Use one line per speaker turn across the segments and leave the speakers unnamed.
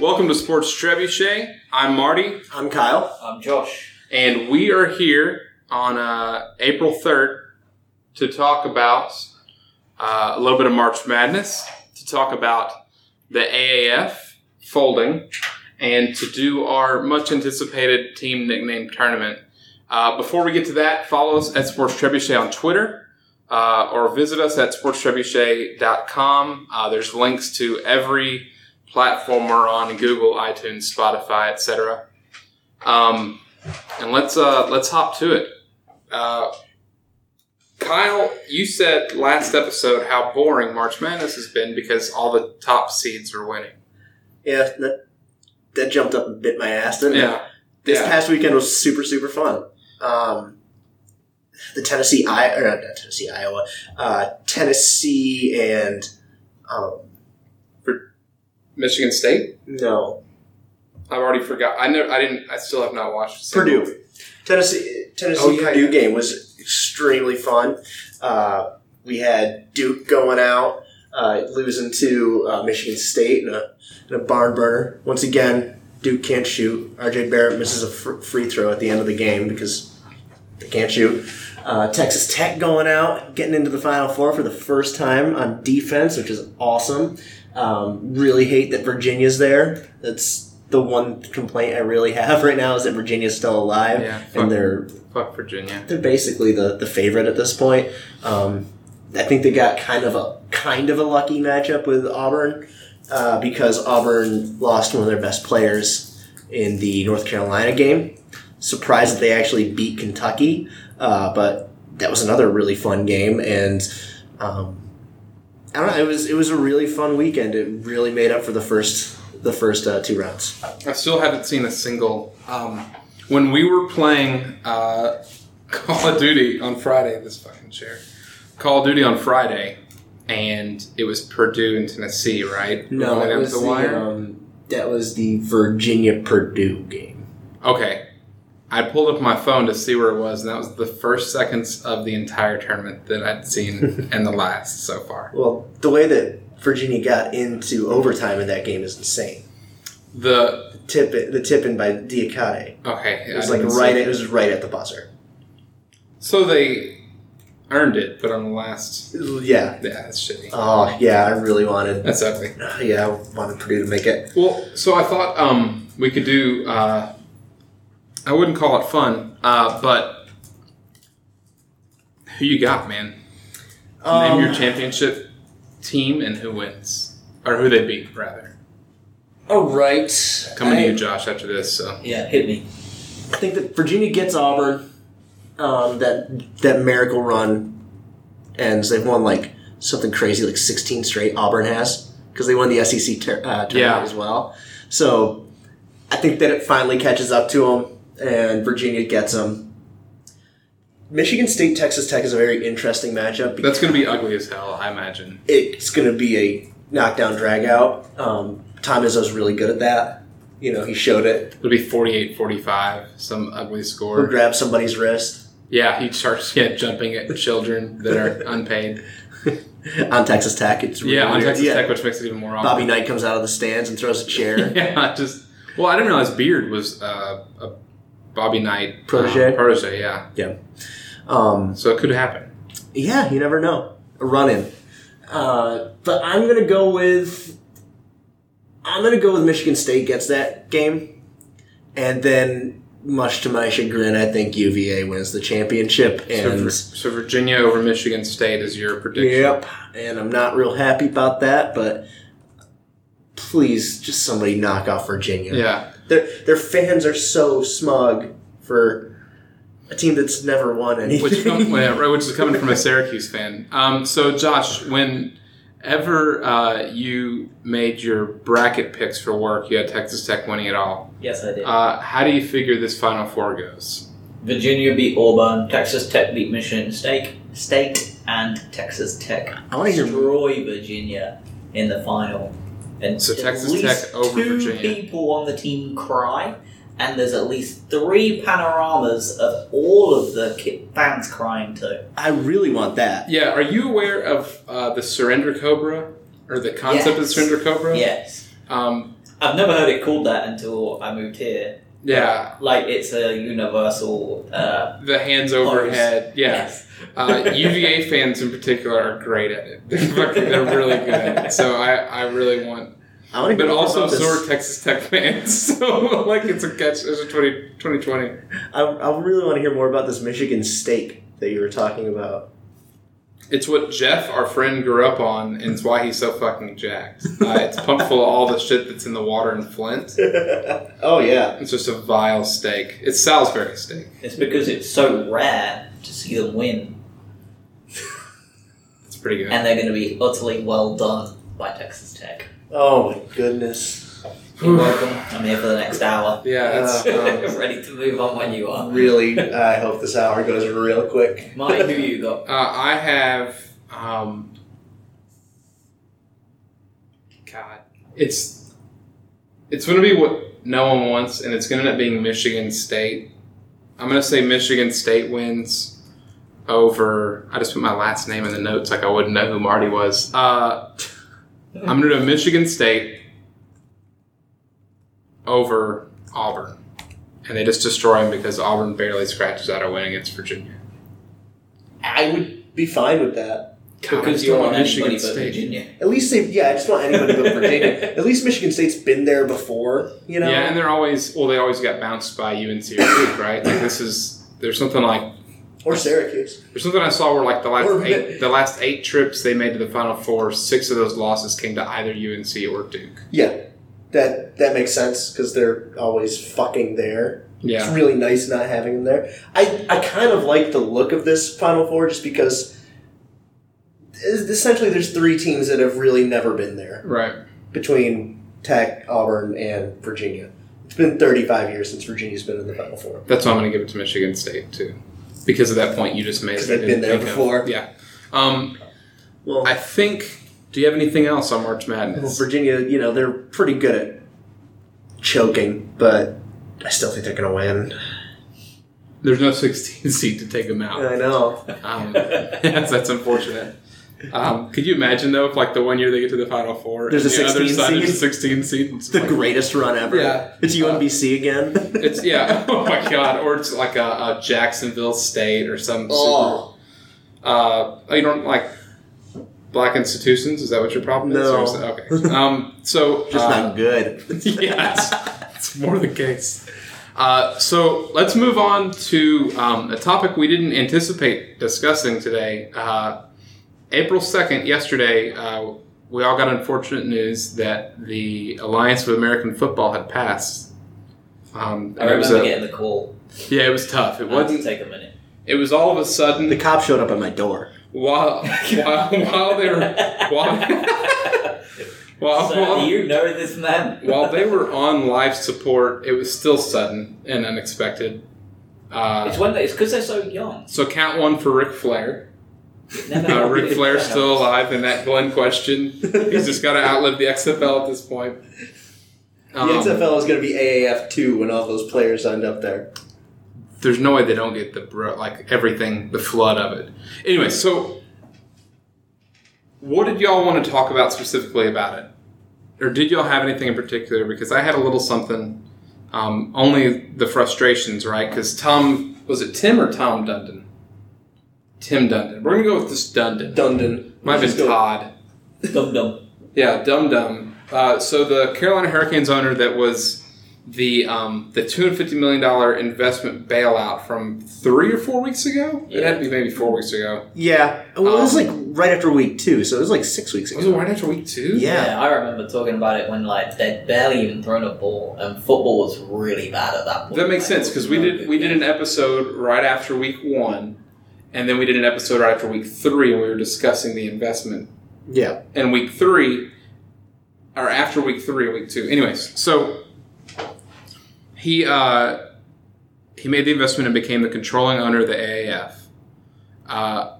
Welcome to Sports Trebuchet. I'm Marty,
I'm Kyle.
I'm Josh.
and we are here on uh, April 3rd to talk about uh, a little bit of March Madness, to talk about the AAF folding, and to do our much anticipated team nickname tournament. Uh, before we get to that, follow us at Sports Trebuchet on Twitter. Uh, or visit us at sportstrebuchet.com. Uh, there's links to every platform we're on: Google, iTunes, Spotify, etc. Um, and let's uh, let's hop to it. Uh, Kyle, you said last episode how boring March Madness has been because all the top seeds are winning.
Yeah, that, that jumped up and bit my ass, didn't it?
Yeah,
This
yeah.
past weekend was super, super fun. Um, the Tennessee, I or not Tennessee, Iowa, uh, Tennessee, and um,
Michigan State.
no
I've already forgot. I know I didn't. I still have not watched a single-
Purdue, Tennessee, Tennessee
Oh, yeah,
Purdue
yeah.
game was extremely fun. Uh, we had Duke going out, uh, losing to uh, Michigan State in a, in a barn burner once again. Duke can't shoot. RJ Barrett misses a fr- free throw at the end of the game because They can't shoot. Uh, Texas Tech going out, getting into the Final Four for the first time on defense, which is awesome. Um, really hate that Virginia's there. That's the one complaint I really have right now is that Virginia's still alive,
Yeah, fuck.
and they're
Fuck Virginia.
they're basically the, the favorite at this point. Um, I think they got kind of a kind of a lucky matchup with Auburn uh, because Auburn lost one of their best players in the North Carolina game. Surprised that they actually beat Kentucky, uh, but that was another really fun game, and um, I don't know. It was it was a really fun weekend. It really made up for the first the first uh, two rounds.
I still haven't seen a single. Um, when we were playing uh, Call of Duty on Friday, this fucking chair. Call of Duty on Friday, and it was Purdue and Tennessee, right? Going
that
down to
was
the
the,
wire.
um, that was the Virginia Purdue game.
Okay. I pulled up my phone to see where it was, and that was the first seconds of the entire tournament that I'd seen and the last so far.
Well, the way that Virginia got into overtime in that game is insane.
The
Tip the tip in by Diacate.
okay,
It was like right. It was right at the buzzer.
so they earned it, but on the last,
Yeah.
yeah, that's shitty.
Oh yeah, I really wanted.
That's ugly.
Yeah, I wanted Purdue to make it.
Well, so I thought um, we could do. Uh, I wouldn't call it fun, uh, but who you got, man?
Um,
Name your championship team and who wins, or who they beat, rather.
All right.
Coming
I-
to you, Josh, after this. So
Yeah, hit me.
I think that Virginia gets Auburn. Um, that that miracle run ends. They've won like something crazy, like 16 straight. Auburn has because they won the SEC tur uh, tournament
Yeah.
as well. So I think that it finally catches up to them, and Virginia gets them. Michigan State Texas Tech is a very interesting matchup. Because
That's going to be ugly as hell, I imagine.
it's going to be a knockdown dragout. Um, Tom Izzo's really good at that. You know, he showed it.
It'll be 48 45, some ugly score.
Or grab somebody's wrist
Yeah, he starts yeah, jumping at children that are unpaid.
on Texas Tech. It's really
Yeah, on
weird.
Texas
Yeah.
Tech, which makes it even more awkward.
Bobby Knight comes out of the stands and throws a chair.
Yeah, just. Well, I didn't realize Beard was uh, a Bobby Knight
Protege?
Uh, protege, yeah.
Um,
So it could happen.
yeah, you never know. A run in. Uh, but I'm gonna go with I'm gonna go with Michigan State gets that game, and then much to my chagrin, I think UVA wins the championship.
So,
And
Vir- so Virginia over Michigan State is your prediction.
yep, and I'm not real happy about that. But please, just somebody knock off Virginia.
Yeah.
their their fans are so smug for a team that's never won anything.
Which, come, well, right, which is coming from a Syracuse fan. Um, so, Josh, whenever uh, you made your bracket picks for work, you had Texas Tech winning it all.
Yes, I did.
Uh, how do you figure this Final Four goes?
Virginia beat Auburn. Texas Tech beat Michigan State. State and Texas Tech
I want to hear.
destroy Virginia in the final. And
So
at
Texas
least
Tech over
two
Virginia.
people on the team cry, and there's at least three panoramas of all of the ki- fans crying too.
I really want that.
Yeah, are you aware of uh, the Surrender Cobra or the concept of the
Yes.
Surrender Cobra?
Yes,
Um,
I've never heard it called that until I moved here.
Yeah,
Like it's a universal. Uh,
the hands
Close.
overhead. Yeah,
yes.
uh, UVA fans in particular are great at it. They're, fucking- they're really good at it. So I, I really want,
I want to
but
hear more
also
about this.
Zor Texas Tech fans. So like it's a catch. It's a 20, 2020.
I, I really want to hear more about this Michigan steak that you were talking about.
It's what Jeff, our friend, grew up on, and it's why he's so fucking jacked. Uh, it's pumped full of all the shit that's in the water in Flint.
oh yeah,
It's just a vile steak. It's Salisbury steak.
It's because it's so rare to see them win,
It's pretty good.
and they're going to be utterly well done by Texas Tech.
oh my goodness,
You're welcome. I'm here for the next hour.
Yeah, that's um,
Ready to move on when you are.
really? I hope this hour goes real quick.
Mike, who you got?
Uh, I have. Um, God, it's it's going to be what no one wants, and it's going to end up being Michigan State. I'm going to say Michigan State wins over. I just put my last name in the notes, like I wouldn't know who Marty was. Uh, I'm going to do Michigan State over Auburn, and they just destroy him because Auburn barely scratches out a win against Virginia.
I would be fine with that.
Because you're on anybody but Virginia.
At least they, yeah, I just want anybody but Virginia. At least Michigan State's been there before, you know.
Yeah, and they're always well. They always got bounced by UNC or Duke, right? Like this is there's something like
or Syracuse.
there's something I saw where like the last
Or-
eight the last eight trips they made to the Final Four, six of those losses came to either UNC or Duke.
Yeah, that that makes sense because they're always fucking there.
Yeah,
It's really nice not having them there. I, I kind of like the look of this Final Four just because es- essentially there's three teams that have really never been there
right.
between Tech, Auburn, and Virginia. It's been 35 years since Virginia's been in the Final Four.
That's why I'm going to give it to Michigan State too, because of that point you just made.
'Cause
that I
they've been
didn't
there
think of.
before.
Yeah. Um,
Well,
I think. Do you have anything else on March
well,
Madness?
Virginia, you know, they're pretty good at choking, but I still think they're going to win.
There's no 16 seed to take them out.
I know.
Um, yes, that's unfortunate. Um, could you imagine though, if like the one year they get to the final four,
There's
and
a
the other
16
side is a
seed?
sixteen seed. It's
It's the
like-
greatest run ever.
Yeah.
It's UMBC again.
It's yeah. Oh my god. Or it's like a, a Jacksonville State or some.
Oh.
Super, uh, oh, you don't like black institutions? Is that what your problem is?
No.
Or is that- okay. Um, so
Just
uh,
not good.
yeah, it's, it's more the case. Uh, so let's move on to um, a topic we didn't anticipate discussing today. Uh, April 2nd, yesterday, uh, we all got unfortunate news that the Alliance of American Football had passed. Um,
I
and it was
remember
a-
getting the call.
yeah, it was tough. It
What?
wasn't.
Take a minute.
It was all of a
The
sudden
cop showed up at my door.
while while, while they were while while,
so,
while
do you know this man?
While they were on life support, it was still sudden and unexpected. Uh,
it's one that it's because they're so young.
so count one for Ric Flair.
It never
Uh,
happened.
Ric Flair's still alive in that Glenn question. He's just got to outlive the XFL at this point. Um,
the XFL is going to be AAF two when all those players end up there.
there's no way they don't get the bro- like everything, the flood of it. Anyway, so what did y'all want to talk about specifically about it, or did y'all have anything in particular? Because I had a little something. Um, only the frustrations, right? Because Tom was it Tim or Tom Dundon? Tim Dundon. We're gonna go with this Dundon.
Dundon.
Might have
Just
been
go-
Todd.
Dum dum.
Yeah, dum dum. Uh, so the Carolina Hurricanes owner that was the um, the two hundred fifty million dollar investment bailout from three or four weeks ago. It had to be maybe four weeks ago.
Yeah. Well, it was
Um,
like right after week two, so it was like six weeks
Was it
ago.
right after week two?
Yeah.
I remember talking about it when like they'd barely even thrown a ball, and football was really bad at that point.
That makes
Like,
sense because we did we did an episode right after week one, and then we did an episode right after week three, and we were discussing the investment.
Yeah.
And week three, or after week three or week two. Anyways, so he uh, he made the investment and became the controlling owner of the AAF. A uh,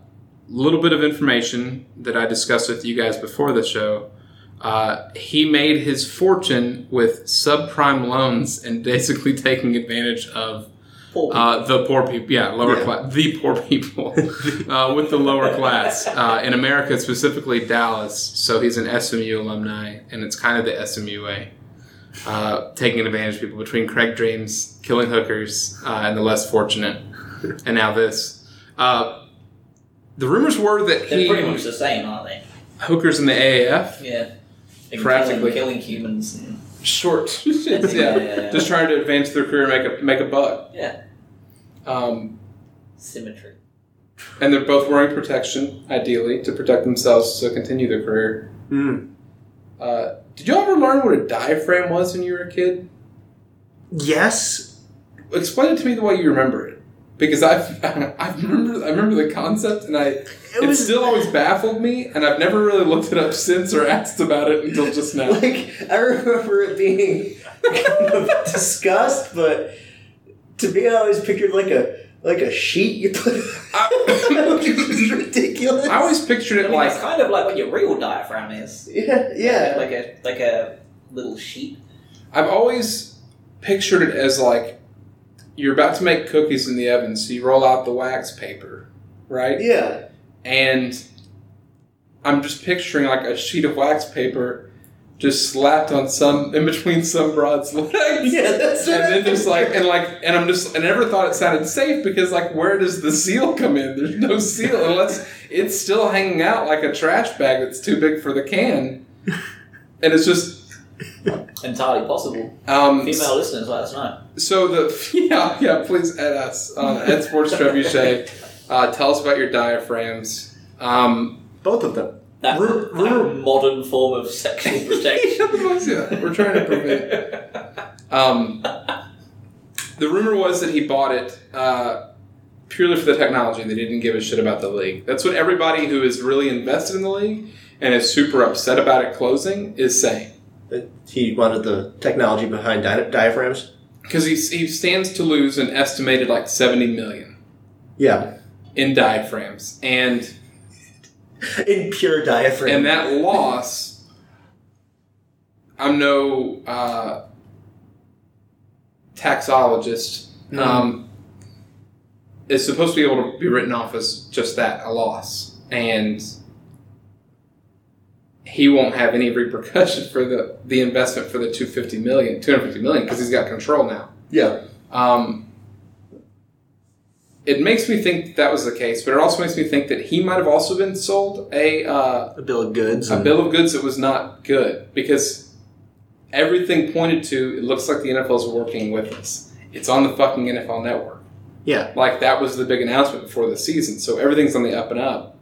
little bit of information that I discussed with you guys before the show. Uh, he made his fortune with subprime loans and basically taking advantage of
Paul,
uh, the poor people, yeah, lower
Yeah.
class, the poor people uh, with the lower class uh, in America, specifically Dallas. So he's an SMU alumni, and it's kind of the SMU way. uh, taking advantage of people between Craig Dreams, killing hookers, uh, and the less fortunate, and now this. Uh, the rumors were that
They're
he
pretty much the same, aren't they?
hookers in the AAF
Yeah. Like
Practically.
killing, killing humans. And,
short.
yeah,
yeah.
yeah, yeah.
Just trying to advance their career, and make a make a buck.
Yeah.
Um,
symmetry.
And they're both wearing protection, ideally, to protect themselves to continue their career.
Mm.
Uh, did you ever learn what a diaphragm was when you were a kid?
Yes.
Explain it to me the way you remember it, because I've I remember I remember the concept, and I it,
It was
still always baffled me, and I've never really looked it up since or asked about it until just now.
like I remember it being kind of discussed, but to me, I always pictured like a like a sheet you put.
I,
Which is ridiculous.
I always pictured
I
it
mean, it's
like
kind of like what your real diaphragm is.
yeah yeah.
Like a like a little sheet.
I've always pictured it as like you're about to make cookies in the oven, so you roll out the wax paper, right?
Yeah.
and I'm just picturing like a sheet of wax paper just slapped on some in between some broad's legs.
Yeah, that's
And
what I
then just like
pictured.
and like and I'm just I never thought it sounded safe because like where does the seal come in? There's no seal unless it's still hanging out like a trash bag that's too big for the can. And it's just
Entirely possible.
um
Female listeners, let us know.
so the yeah yeah please add us uh, at Sports Trebuchet. Uh, tell us about your diaphragms. Um,
both of them.
That,
Ru-
that
ru-
modern form of sexual protection.
Yeah, we're trying to prevent. Um, the rumor was that he bought it uh, purely for the technology. They didn't give a shit about the league. That's what everybody who is really invested in the league and is super upset about it closing is saying.
That He wanted the technology behind di- diaphragms.
Because he, he stands to lose an estimated like 70 million
Yeah,
in diaphragms. And
in pure diaphragm.
And that loss, I'm no uh, taxologist.
No.
Um, is supposed to be able to be written off as just that a loss, and he won't have any repercussion for the the investment for the 250 million, 250 million because he's got control now.
yeah,
Um, it makes me think that, that was the case, but it also makes me think that he might have also been sold a uh,
a bill of goods.
a
and-
bill of goods that was not good because everything pointed to it looks like the NFL is working with us. It's on the fucking NFL network.
Yeah.
Like that was the big announcement before the season, so everything's on the up and up.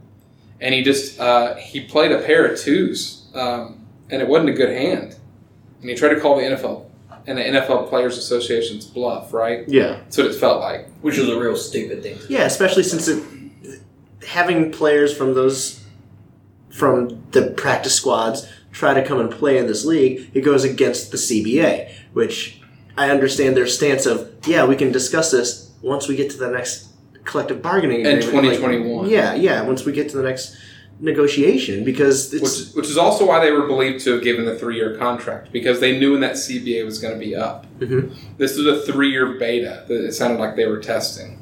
And he just uh, he played a pair of twos, um, and it wasn't a good hand. And he tried to call the NFL and the NFL Players Association's bluff, right?
Yeah,
That's what it felt like.
Which is a real stupid thing.
yeah. Especially since it, having players from those from the practice squads try to come and play in this league, it goes against the CBA, which I understand their stance of. Yeah, we can discuss this once we get to the next collective bargaining
In
agreement. like-
2021.
yeah, yeah. Once we get to the next negotiation, because it's
Which, which is also why they were believed to have given the three year contract because they knew when that CBA was going to be up.
Mhm.
This was a three year beta that it sounded like they were testing.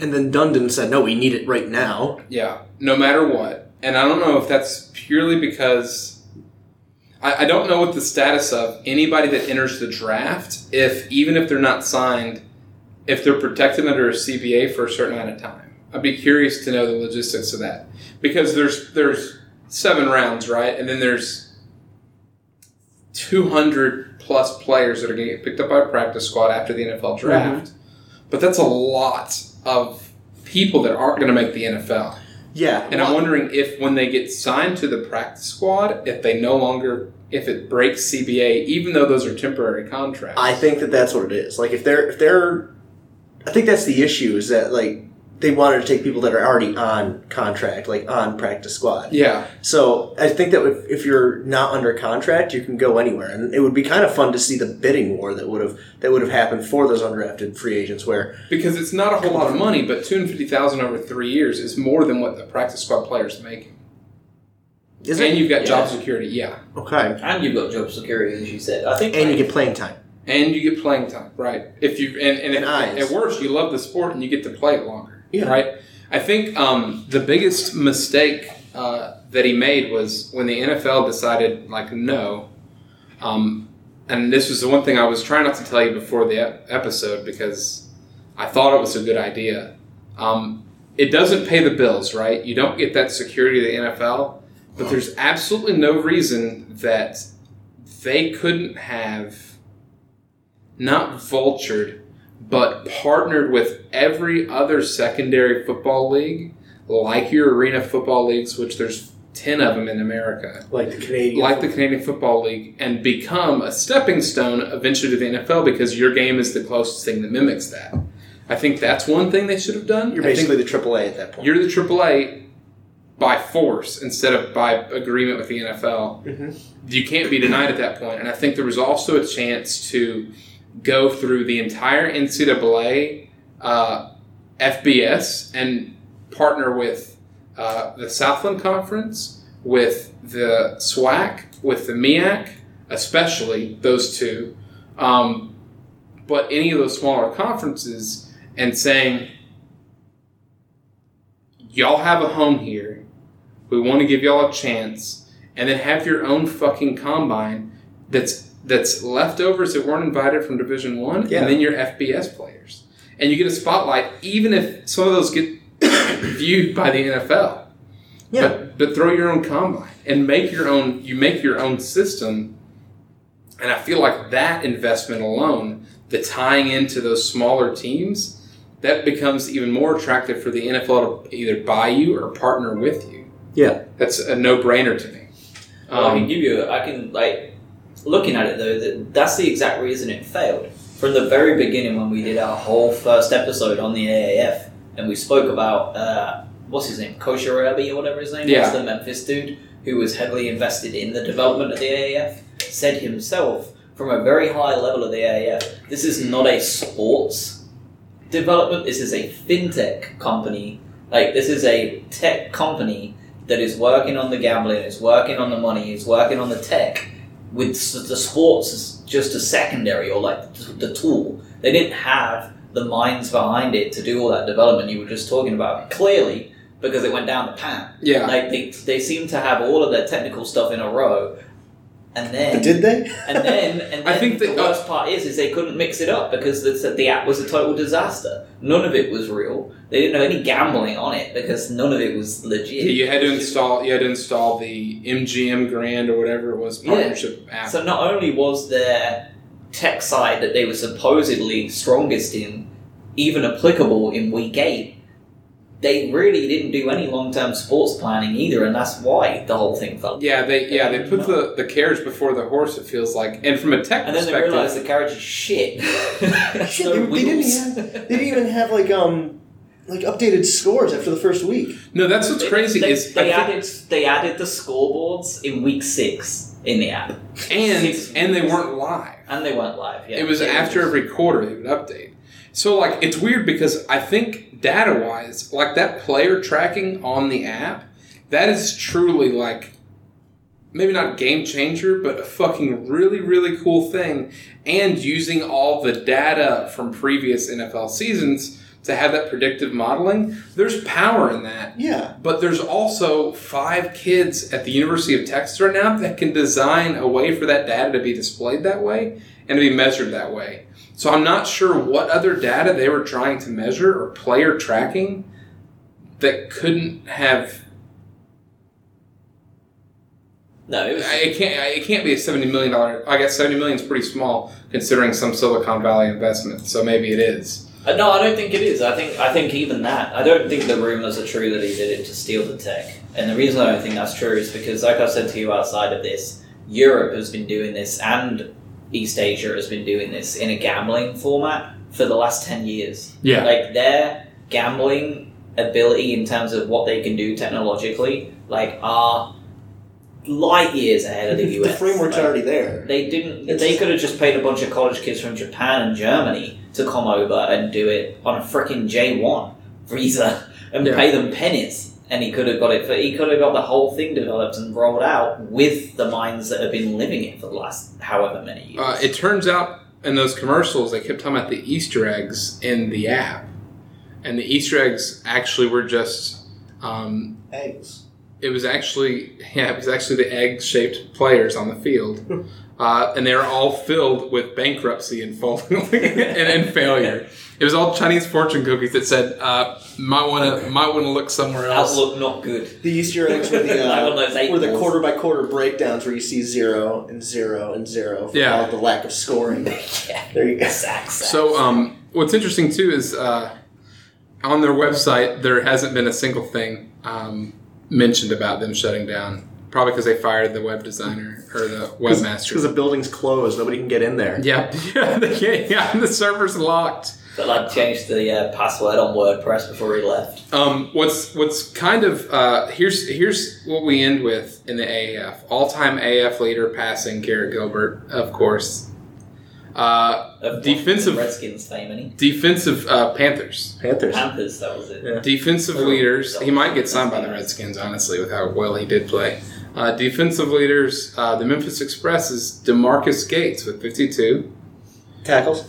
And then Dundon said, "No, we need it right now."
Yeah, no matter what. And I don't know if that's purely because I, I don't know what the status of anybody that enters the draft, if even if they're not signed, if they're protected under a CBA for a certain amount of time. I'd be curious to know the logistics of that because there's there's seven rounds, right? And then there's 200 plus players that are going to get picked up by a practice squad after the NFL draft. But that's a lot of people that aren't going to make the NFL.
Yeah,
And I'm wondering if when they get signed to the practice squad, if they no longer if it breaks CBA, even though those are temporary contracts.
I think that that's what it is. Like if they're if they're, I think that's the issue is that like they wanted to take people that are already on contract, like on practice squad.
yeah,
So I think that if, if you're not under contract, you can go anywhere, and it would be kind of fun to see the bidding war that would have that would have happened for those undrafted free agents. Where
because it's not a whole lot of money, but two hundred fifty thousand over three years is more than what the practice squad players make.
is
and
it
you've got job
Yeah.
security, yeah,
okay?
And you've got job security, as you said. I think
And you
like,
get playing time.
and you get playing time, right? If you and and,
And eyes.
if, at worst, you love the sport and you get to play it longer,
Yeah.
right? I think um, the biggest mistake uh, that he made was when the NFL decided, like, no, um, and this was the one thing I was trying not to tell you before the ep- episode because I thought it was a good idea. Um, it doesn't pay the bills, right? You don't get that security of the NFL, but there's absolutely no reason that they couldn't have not vultured, but partnered with every other secondary football league, like your arena football leagues, which there's 10 of them in America
like the Canadian.
like the Canadian Football League and become a stepping stone eventually to the NFL because your game is the closest thing that mimics that. I think that's one thing they should have done.
you're
I think
basically the AAA at that point.
you're the AAA by force instead of by agreement with the NFL.
Mhm.
You can't be denied at that point. And I think there was also a chance to go through the entire NCAA uh, FBS and partner with uh, the Southland Conference, with the SWAC, with the MIAC, especially those two. Um, but any of those smaller conferences and saying, y'all have a home here. We want to give y'all a chance, and then have your own fucking combine that's that's leftovers that weren't invited from Division One,
Yeah.
and then your FBS players, and you get a spotlight, even if some of those get viewed by the NFL.
Yeah.
But, but throw your own combine and make your own. You make your own system, and I feel like that investment alone, the tying into those smaller teams, that becomes even more attractive for the NFL to either buy you or partner with you.
Yeah.
That's a no brainer to me.
Well, I can
Um,
give you. I can like looking at it though. That that's the exact reason it failed from the very beginning when we did our whole first episode on the AAF and we spoke about uh, what's his name, Koshirabi or whatever his name
Yeah.
was, the Memphis dude who was heavily invested in the development of the AAF, said himself from a very high level of the AAF, this is not a sports development. This is a fintech company. Like this is a tech company that is working on the gambling, is working on the money, is working on the tech, with s- the sports is just a secondary or like t- the tool. They didn't have the minds behind it to do all that development you were just talking about. Clearly, because it went down the pan.
yeah.
Like they, they seem to have all of their technical stuff in a row, and then
But did they?
and then, and then
I think
the
that- uh,
worst part is, is they couldn't mix it up because the, the app was a total disaster. None of it was real. They didn't have any gambling on it because none of it was legit.
Yeah, you had to
It was just-
install. You had to install the MGM Grand or whatever it was
Yeah.
partnership app.
So not only was their tech side that they were supposedly strongest in even applicable in week eight, they really didn't do any long term sports planning either, and that's why the whole thing fell.
yeah, they yeah they put the, the carriage before the horse. It feels like, and from a tech
And then they
perspective,
realized the carriage is shit.
Shit, they- they didn't They didn't even have like um like updated scores after the first week.
no, that's what's
They-
crazy
They,
is
they
I think-
added they added the scoreboards in week six in the app,
and and they weren't live.
and they weren't live. Yeah,
it was
They were
after
just-
every quarter they would update. So like it's weird because I think data wise, like that player tracking on the app, that is truly like maybe not game changer, but a fucking really really cool thing. And using all the data from previous NFL seasons to have that predictive modeling, there's power in that.
Yeah.
But there's also five kids at the University of Texas right now that can design a way for that data to be displayed that way and to be measured that way. So I'm not sure what other data they were trying to measure or player tracking that couldn't have.
no, it was
I- It can't. I- It can't be a seventy million dollar. I guess seventy million is pretty small considering some Silicon Valley investment. So maybe it is.
Uh, No, I don't think it is. I think I think even that. I don't think the rumors are true that he did it to steal the tech. And the reason I don't think that's true is because, like I said to you outside of this, Europe has been doing this, and East Asia has been doing this in a gambling format for the last ten years. Like their gambling ability in terms of what they can do technologically, like are light years ahead of the
The
US.
framework's
Like,
already there.
they didn't.
It's-
they could have just paid a bunch of college kids from Japan and Germany to come over and do it on a freaking J one visa and
Yeah.
pay them pennies, and he could have got it. For, he could have got the whole thing developed and rolled out with the minds that have been living it for the last however many years.
Uh, it turns out in those commercials, they kept talking about the Easter eggs in the app, and the Easter eggs actually were just um,
Eggs.
it was actually yeah, it was actually the egg-shaped players on the field, uh, and they were all filled with bankruptcy and folding and, and failure. It was all Chinese fortune cookies that said uh, might want to might want to look somewhere else.
Outlook not good.
The Easter eggs were the
Like
uh,
one of those eight
were the
balls.
quarter by quarter breakdowns where you see zero and zero and zero for
Yeah.
all the lack of scoring.
Yeah.
There you go.
Sack, sack.
So um, what's interesting too is uh, on their website there hasn't been a single thing um, mentioned about them shutting down. Probably because they fired the web designer or the
Because
webmaster.
the building's closed, nobody can get in there.
Yeah, yeah, they- yeah. The server's locked.
but like changed the uh, password on WordPress before he left.
Um, what's what's kind of uh, here's here's what we end with in the AAF all time AF leader passing Garrett Gilbert of course uh,
Of
Defensive-
Redskins fame, any
defensive uh, Panthers
Panthers.
Panthers, that was it.
Yeah.
defensive leaders he might get signed by the Redskins honestly with how well he did play uh, defensive leaders uh, the Memphis Express is Demarcus Gates with 52
Tackles.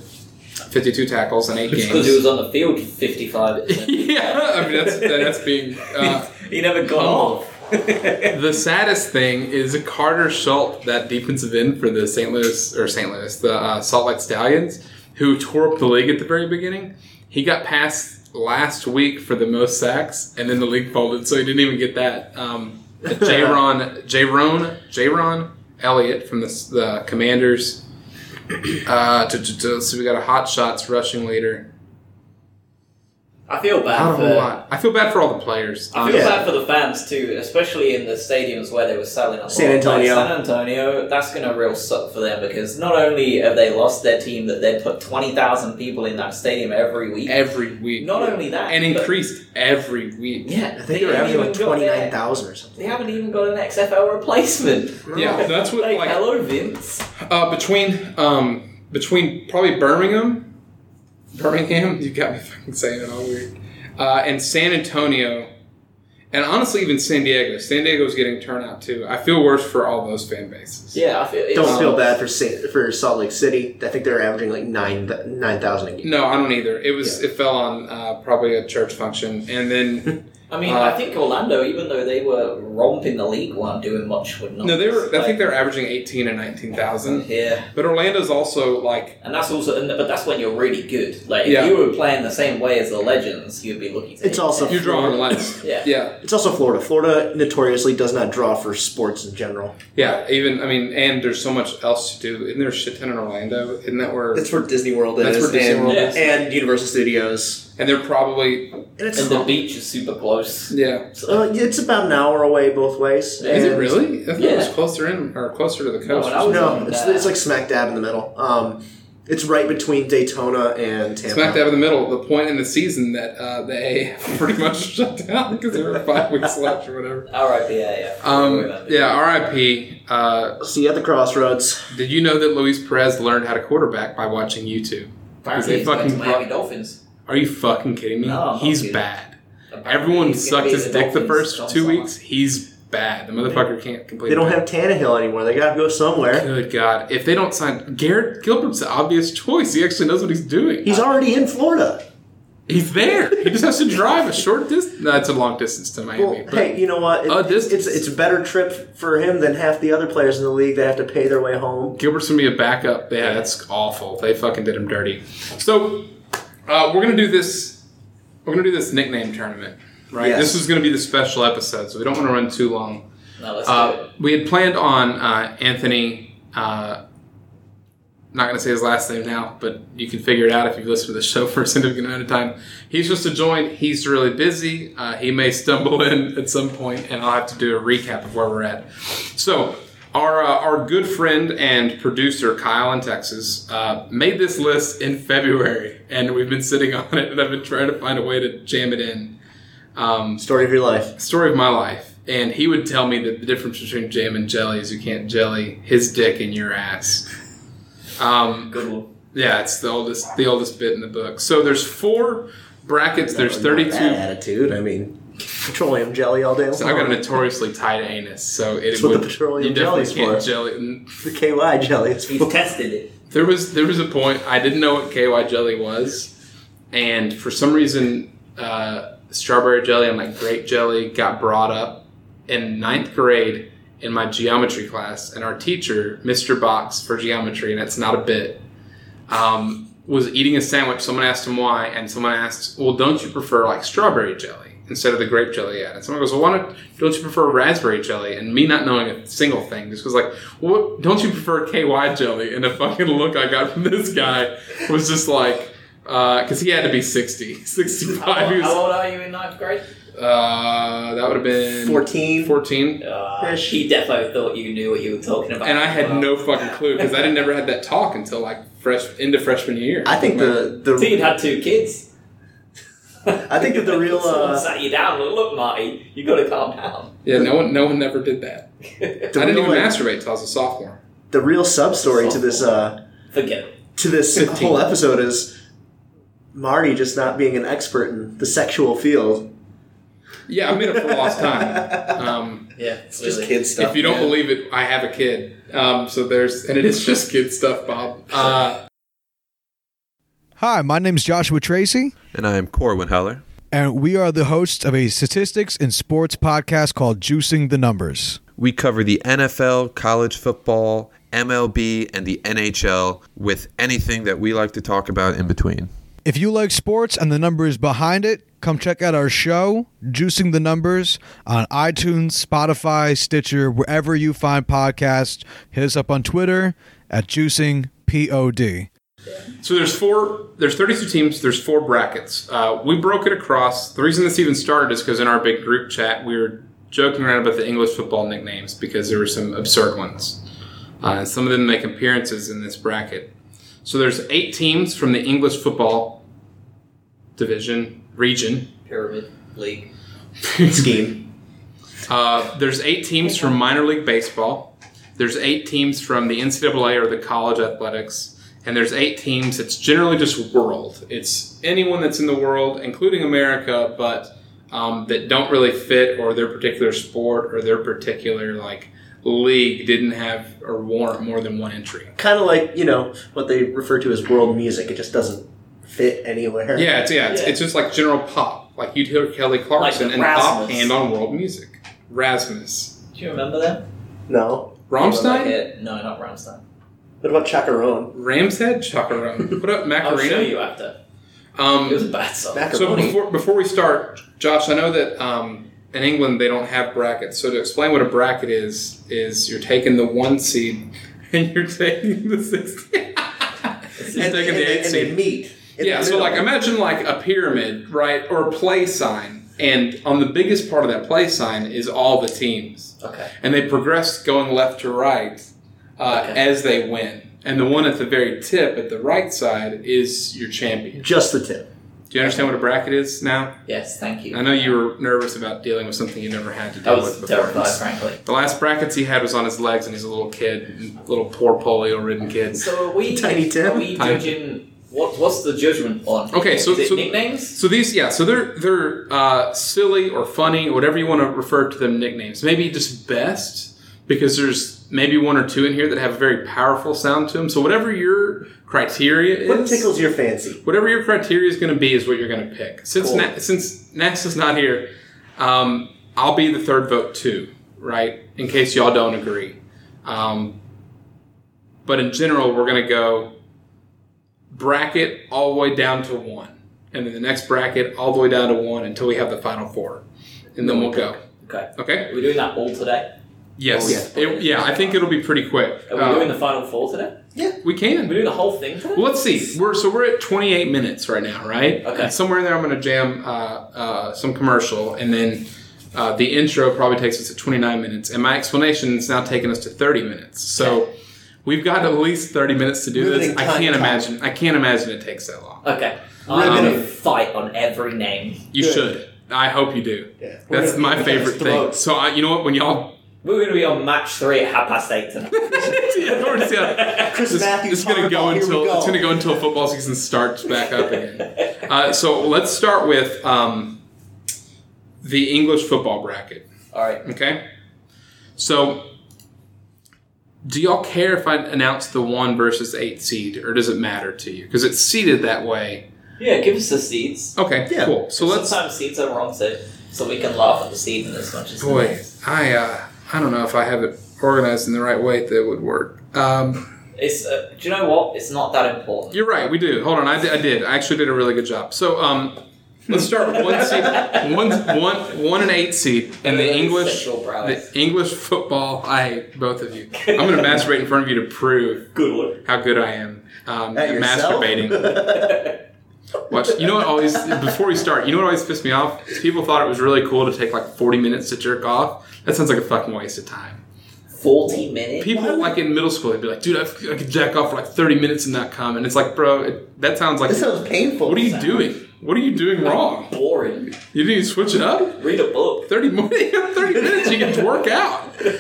52 tackles in eight
It's because he
games
was on the field 55.
yeah I mean that's that's being uh,
he never got off.
The saddest thing is Carter Schultz, that defensive end for the St. Louis or St. Louis, the uh, Salt Lake Stallions, who tore up the league at the very beginning. He got passed last week for the most sacks, and then the league folded, so he didn't even get that. Um, Jaron, Jaron, Jaron Elliott from the, the Commanders. Uh, to, to, to, so we got a hot shots rushing leader.
I feel bad
Not a
for.
whole lot. I feel bad for all the players.
I feel
Yeah.
bad for the fans too, especially in the stadiums where they were selling. A
San
lot. Like
Antonio.
San Antonio, that's going to real suck for them because not only have they lost their team that they put twenty thousand people in that stadium every week.
Every week.
Not only that,
and
but-
increased every week.
Yeah,
I think
they
they were
haven't
averaging like
even got
twenty
their-
nine thousand or something.
They haven't even got an XFL replacement.
Yeah, that's what
Like,
like
hello, Vince.
Uh, between um, between probably Birmingham, Birmingham. You got me fucking saying it all weird. Uh, and San Antonio, and honestly, even San Diego. San Diego's getting turnout too. I feel worse for all those fan bases.
Yeah, I feel. It's,
Don't feel bad for Sa- for Salt Lake City. I think they're averaging like nine nine thousand a game.
No, I don't either. It was it fell on uh, probably a church function, and then
I mean,
Uh,
I think Orlando, even though they were romping the league, weren't doing much with numbers.
no, they were. I think
Like,
they're averaging eighteen and nineteen thousand.
yeah.
But Orlando's also like
And that's also, and, but that's when you're really good. Like if
Yeah.
you were playing the same way as the legends, you'd be looking. To
It's also-
you draw on less.
Yeah.
yeah.
It's also Florida. Florida notoriously does not draw for sports in general.
Yeah, even I mean, and there's so much else to do. Isn't there a shit ton in Orlando? Isn't that where?
That's where Disney World is.
That's where Disney
and,
World
is.
and Universal Studios.
And they're probably
And it's
and the beach is super close.
yeah.
uh, it's about an hour away both ways.
Is it
and-
really? Oh, I thought it was
Yeah.
closer in or closer to the
No,
coast.
when I was
No,
on
it's,
that-
it's like smack dab in the middle. Um, it's right between Daytona and Tampa.
Smack dab in the middle, the point in the season that uh, they pretty much shut down because there were five weeks left or whatever.
RIPA.
Um, yeah, R.I.P. Uh,
See you at the crossroads.
did you know that Luis Perez learned how to quarterback by watching YouTube?
Apparently
they
he's going to
fucking
Miami
brought-
Dolphins.
Are you fucking kidding me?
No, I'm
He's
kidding.
bad.
Apparently
Everyone
he's gonna
sucked
be
his dick the
Dolphins
first
on
two
summer.
weeks. He's bad. The motherfucker can't complete.
They don't
a
have Tannehill anymore. They gotta go somewhere.
Good God. If they don't sign Garrett Gilbert's the obvious choice. He actually knows what he's doing.
He's already in Florida.
He's there. He just has to drive a short distance. No, it's a long distance to Miami.
Well,
but
hey, you know what? It-
Oh, this-
it's it's a better trip for him than half the other players in the league that have to pay their way home.
Gilbert's going to be a backup. Yeah, that's awful. They fucking did him dirty. So uh, we're going to do this. We're going to do this nickname tournament, right?
Yes.
This is going to be the special episode, so we don't want to run too long.
No, let's do
Uh,
it.
we had planned on uh, Anthony. Uh, not going to say his last name now, but you can figure it out if you've listened to the show for a significant amount of time. He's just to join. He's really busy. Uh, he may stumble in at some point, and I'll have to do a recap of where we're at. So, our uh, our good friend and producer Kyle in Texas uh, made this list in February, and we've been sitting on it, and I've been trying to find a way to jam it in. Um,
Story of your life.
story of my life. And he would tell me that the difference between jam and jelly is you can't jelly his dick in your ass. Um,
Good one.
yeah, it's the oldest the oldest bit in the book. So there's four brackets. There's
Not that
32. I
attitude. I mean, petroleum jelly all day long.
got a notoriously tight anus, so it
That's what
would
the petroleum
you definitely
jelly's
can't
for.
jelly. Mm.
the KY jelly. It's
He's tested it.
There was there was a point I didn't know what KY jelly was, and for some reason, uh, strawberry jelly and like grape jelly got brought up in ninth grade in my geometry class, and our teacher, Mr. Box for geometry, and that's not a bit, um, was eating a sandwich. Someone asked him why, and someone asked, "Well, don't you prefer like strawberry jelly instead of the grape jelly?" Yeah. And someone goes, "Well, why don't, don't you prefer raspberry jelly?" And me not knowing a single thing, just was like, "Well, don't you prefer KY jelly?" And the fucking look I got from this guy was just like. Because he had to be 60, 65.
How, old-
He was-
how old are you in ninth grade?
uh, that would have been
14.
14.
Uh,
Ish.
he definitely thought you knew what you were talking about.
And I had
Well,
no fucking clue because I didn't never had that talk until like fresh into freshman year.
I think the
So
the
you'd had two kids.
I think that the real
Someone
uh,
sat you down. Look, look, Marty, you got to calm down.
yeah, no one, no one never did that.
the
I didn't
real,
even
like,
masturbate till I was a sophomore.
the real sub story to this uh,
Forget it.
to this
15.
whole episode is Marty just not being an expert in the sexual field.
Yeah, I made up for lost time. Um,
Yeah,
It's just kid stuff.
if you don't
man.
believe it, I have a kid. Um, so there's, and it is just kid stuff, Bob. Uh,
Hi, my name's Joshua Tracy,
And I am Corwin Heller.
and we are the hosts of a statistics and sports podcast called Juicing the Numbers.
We cover the NFL, college football, MLB, and the NHL with anything that we like to talk about in between.
If you like sports and the numbers behind it, come check out our show, Juicing the Numbers, on iTunes, Spotify, Stitcher, wherever you find podcasts. Hit us up on Twitter at JuicingPOD.
So there's four. There's 32 teams. There's four brackets. Uh, we broke it across. The reason this even started is because in our big group chat, we were joking around about the English football nicknames because there were some absurd ones. Uh, some of them make appearances in this bracket. So there's eight teams from the English football division region.
Pyramid League.
scheme.
Uh, there's eight teams from minor league baseball. There's eight teams from the NCAA or the college athletics, and there's eight teams. It's generally just world. It's anyone that's in the world, including America, but um, that don't really fit or their particular sport or their particular like league didn't have or warrant more than one entry.
Kind of like you know what they refer to as world music. It just doesn't fit anywhere.
Yeah, it's yeah, it's,
Yeah.
it's just like general pop. Like you'd hear Kelly Clarkson
the
and pop
Rasmus.
and on world music. Rasmus,
Do you remember them?
No.
Rammstein,
Yeah, no, not Ramstein.
What about Chacarone?
Ramshead, Chacarone. What up,
I'll show
Macarena?
you after. It was
Um,
a bad song.
so
Macaroni.
before, before we start, Josh, I know that um, in England they don't have brackets. So to explain what a bracket is, is you're taking the one seed and you're taking the six.
is-
you're taking the eight
and they
seed.
meet. in
Yeah.
the
So like
middle.
imagine like a pyramid, right, or a play sign, and on the biggest part of that play sign is all the teams,
Okay.
and they progress going left to right uh,
Okay.
as they win. And the one at the very tip, at the right side, is your champion.
just the tip.
Do you understand what a bracket is now?
Yes, thank you.
I know you were nervous about dealing with something you never had to
I
deal
was
with before.
terrified, frankly.
The last brackets he had was on his legs, and he's a little kid, little poor polio-ridden kid.
So are we,
Tiny Tim?
are we
Tiny
judging... What, what's the judgment on?
Okay, so-
Is it
so-
nicknames?
So these, yeah, so they're they're uh, silly or funny, whatever you want to refer to them nicknames. Maybe just best because there's maybe one or two in here that have a very powerful sound to them. So whatever your criteria is,
What tickles your fancy?
whatever your criteria is going to be is what you're going to pick. Since
Cool.
Na- since NASA's not here, um, I'll be the third vote too, right? In case y'all don't agree. Um, but in general, we're going to go bracket all the way down to one, and then the next bracket all the way down to one until we have the final four, and then we'll go.
Okay.
Okay.
Are we doing that all today?
Yes.
Oh, yeah.
It- yeah. I think it'll be pretty quick.
Are we
Uh,
doing the final four today?
we
Are
can.
we doing the whole thing today?
Well, let's see. We're so we're at 28 minutes right now, right?
Okay.
And somewhere in there, I'm going to jam uh, uh, some commercial, and then uh, the intro probably takes us to 29 minutes, and my explanation is now taking us to 30 minutes. So we've got at least 30 minutes to do
Limiting
this. I
time,
can't
time. Uh,
imagine. I can't imagine it takes that long.
Okay.
Ribbon.
I'm gonna fight on every name.
You
Good.
should. I hope you do.
Yeah.
That's my favorite thing.
Throats.
So I, you know what? When y'all,
We're gonna be on match three at half past eight tonight.
yeah, we're just, yeah.
Chris
This,
Matthews.
this is gonna go
Harbaugh, here we
until
go.
it's gonna go until football season starts back up again. Uh, so let's start with um, the English football bracket.
All right.
Okay. So, do y'all care if I announce the one versus eight seed, or does it matter to you? Because it's seeded that way.
Yeah, give us the seeds.
Okay.
Yeah.
Cool. So let's.
Sometimes seeds are wrong, so so we can laugh at the seed in as much as the
Boy,
next.
I uh, I don't know if I have it organized in the right way that would work. Um,
It's uh, do you know what? It's not that important.
you're right. We do. Hold on. I, di- I did. I actually did a really good job. So um, let's start with one seed, one one one and eight seed, and the English
Sexual
the
prowess.
English football. I hate both of you. I'm going to masturbate in front of you to prove
Good one.
how good I am. Um,
At
at
yourself?
masturbating. Watch. You know what always before we start. You know what always pissed me off is people thought it was really cool to take like 40 minutes to jerk off. That sounds like a fucking waste of time.
Forty minutes.
People like in middle school, they'd be like, "Dude, I, f- I could jack off for like 30 minutes and not come." And it's like, bro, it, that sounds like
This sounds painful.
what are you doing? What are you doing wrong?
boring.
You need to switch it up.
Read a book.
30 more, 30 minutes, you can work out.
They've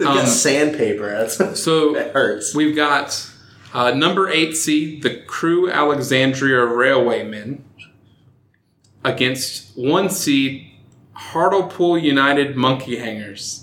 got
Um,
sandpaper. That's,
So
that hurts.
We've got uh, number eight seed, the Crew Alexandria Railwaymen, against one seed, Hartlepool United Monkey Hangers.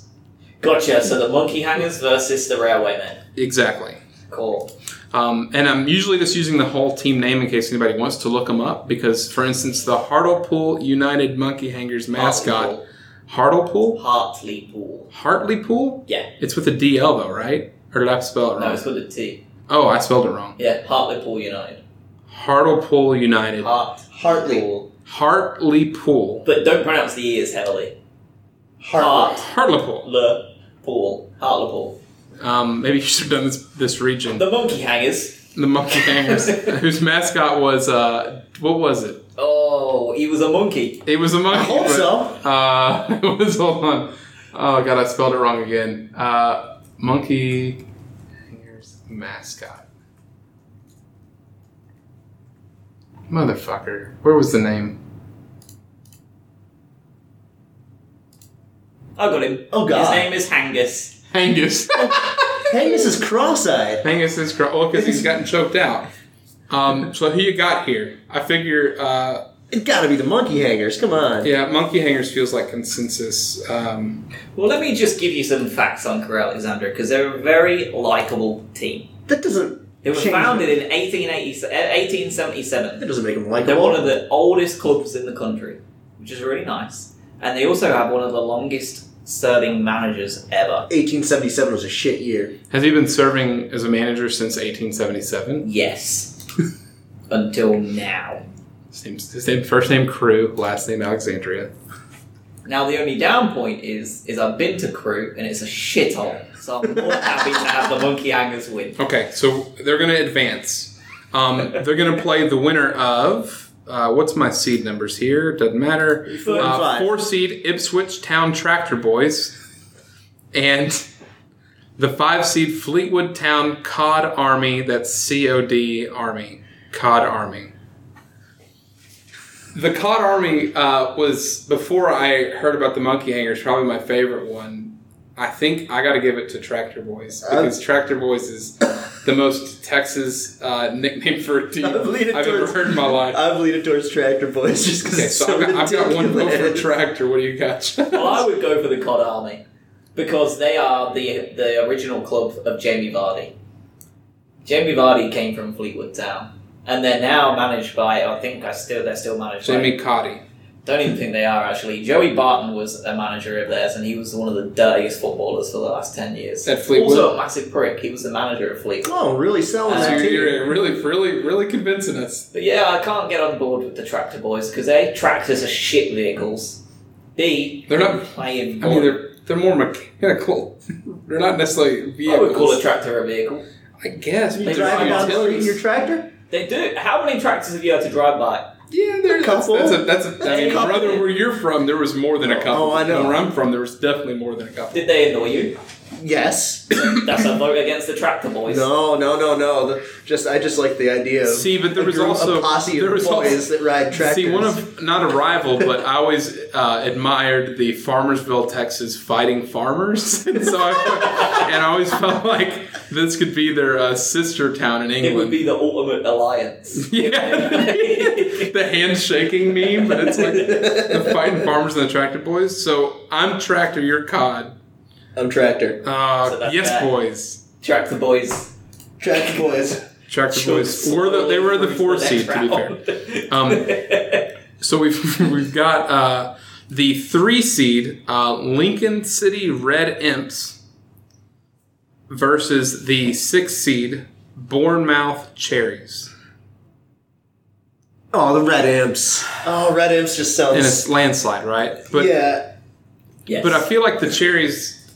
Gotcha. So the monkey hangers versus the railwaymen.
Exactly.
Cool.
Um, and I'm usually just using the whole team name in case anybody wants to look them up because, for instance, the Hartlepool United Monkey Hangers mascot, Hartlepool?
Hartley Pool.
Hartlepool?
Yeah.
It's with a DL though, right? Or did I spell it
No,
wrong?
it's with a T.
Oh, I spelled it wrong.
Yeah, Hartlepool United.
Hartlepool United.
Hart.
Hartley.
Pool.
Hartlepool.
But don't pronounce the E as heavily. Hart.
Hartlepool.
Le. Pool. Hartlepool.
Um, maybe you should have done this this region.
The monkey hangers.
The monkey hangers, whose mascot was uh, what was it?
Oh, he was a monkey.
It was a monkey.
I hope
but,
so.
Uh, it was hold on. Oh god, I spelled it wrong again. Uh, monkey hangers mascot. Motherfucker, where was the name?
I got him.
Oh,
His
God.
name is Hangus.
Hangus.
Hangus is cross-eyed.
Hangus is cr- well because oh, he's gotten choked out. Um, so who you got here? I figure. Uh,
It gotta be the monkey hangers. Come on.
Yeah, monkey hangers feels like consensus. Um,
Well, let me just give you some facts on Crew Alexandra because they're a very likable team.
That doesn't.
It was
Change
founded in 1880, eh, 1877.
That doesn't make him
They're one
likable.
of the oldest clubs in the country, which is really nice. And they also have one of the longest serving managers ever.
1877 was a shit year.
has he been serving as a manager since 1877?
Yes. Until now.
His, name's, his name, first name Crew, last name Alexandria.
Now the only down point is is I've been to Crew and it's a shithole. So I'm more happy to have the monkey hangers win.
Okay, so they're going to advance. Um, they're going to play the winner of. Uh, what's my seed numbers here? Doesn't matter.
Four and
Uh,
five.
four seed Ipswich Town Tractor Boys, and the five seed Fleetwood Town Cod Army. That's C O D Army. Cod Army. The Cod Army uh, was before I heard about the Monkey Hangers. Probably my favorite one. I think I got to give it to Tractor Boys
Uh,
because Tractor Boys is the most Texas uh, nickname for a team
I'm leaning
I've ever
towards-
heard in my life.
I've leaned towards Tractor Boys just because
Okay,
it's
so,
so,
I've, got, I've got one vote for
ridiculous.
tractor. What do you got?
Well, I would go for the Cod Army because they are the the original club of Jamie Vardy. Jamie Vardy came from Fleetwood Town, and they're now managed by I think I still they're still managed by.
Jamie Cotty.
Don't even think they are actually. Joey Barton was a manager of theirs, and he was one of the dirtiest footballers for the last ten years.
At Fleetwood?
also a massive prick. He was the manager of Fleetwood.
Oh, really selling
Uh,
So
that
you're,
too.
you're really, really, really convincing us.
But yeah, I can't get on board with the tractor boys because a tractors are shit vehicles. B
They're not-
playing.
I mean, they're they're more mechanical. they're not necessarily
I
vehicles.
would call a tractor a vehicle.
I guess.
You
but they're
driving down the road in
utilities.
your tractor?
They do. How many tractors have you had to drive by?
Yeah, there's that's,
Couple.
that's a that's a. I
A
mean,
couple.
brother, where you're from, there was more than a couple.
Oh, I know.
Where I'm from, there was definitely more than a couple.
Did they annoy you?
Yes.
That's a vote against the tractor boys.
No, no, no, no. The- just I just like the idea of
See, but there
a
was
group-
also
a posse
there
of
was
boys
also-
that ride tractors.
See, one of not a rival, but I always uh, admired the Farmersville, Texas fighting farmers, and so I, and I always felt like this could be their uh, sister town in
It would
England.
be the ultimate alliance.
yeah, the handshaking meme, but it's like the fighting farmers and the tractor boys. So I'm tractor, you're cod.
I'm tractor.
Uh,
So that's
yes,
that.
boys.
tractor boys.
Tractor boys.
Tractor boys. Were the, they were the four seed, to be fair. Um, So we've we've got uh, the three seed uh, Lincoln City Red Imps versus the six seed Bournemouth Cherries.
Oh, the Red Imps.
Oh, Red Imps just
And
sounds.
it's landslide, right? But
yeah,
Yes.
but I feel like the Cherries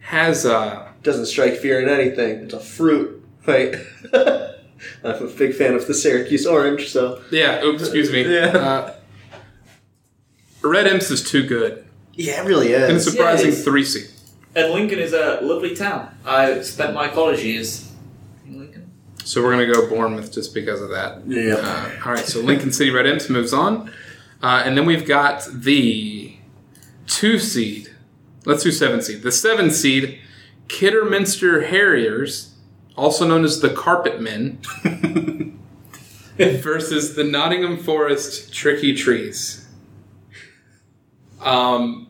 has uh
doesn't strike fear in anything. It's a fruit, right? I'm a big fan of the Syracuse orange, so
yeah, oops, excuse me.
Yeah.
Uh, Red Imps is too good.
yeah, it really
And a
is.
surprising
Yes.
three seed.
and Lincoln is a lovely town. I spent my college years in Lincoln.
So we're gonna go Bournemouth just because of that.
Yeah.
Uh, all right, so Lincoln City Red Imps moves on, uh, and then we've got the two seed. Let's do seven seed. The seven seed, Kidderminster Harriers, also known as the Carpet Men, versus the Nottingham Forest Tricky Trees. Um,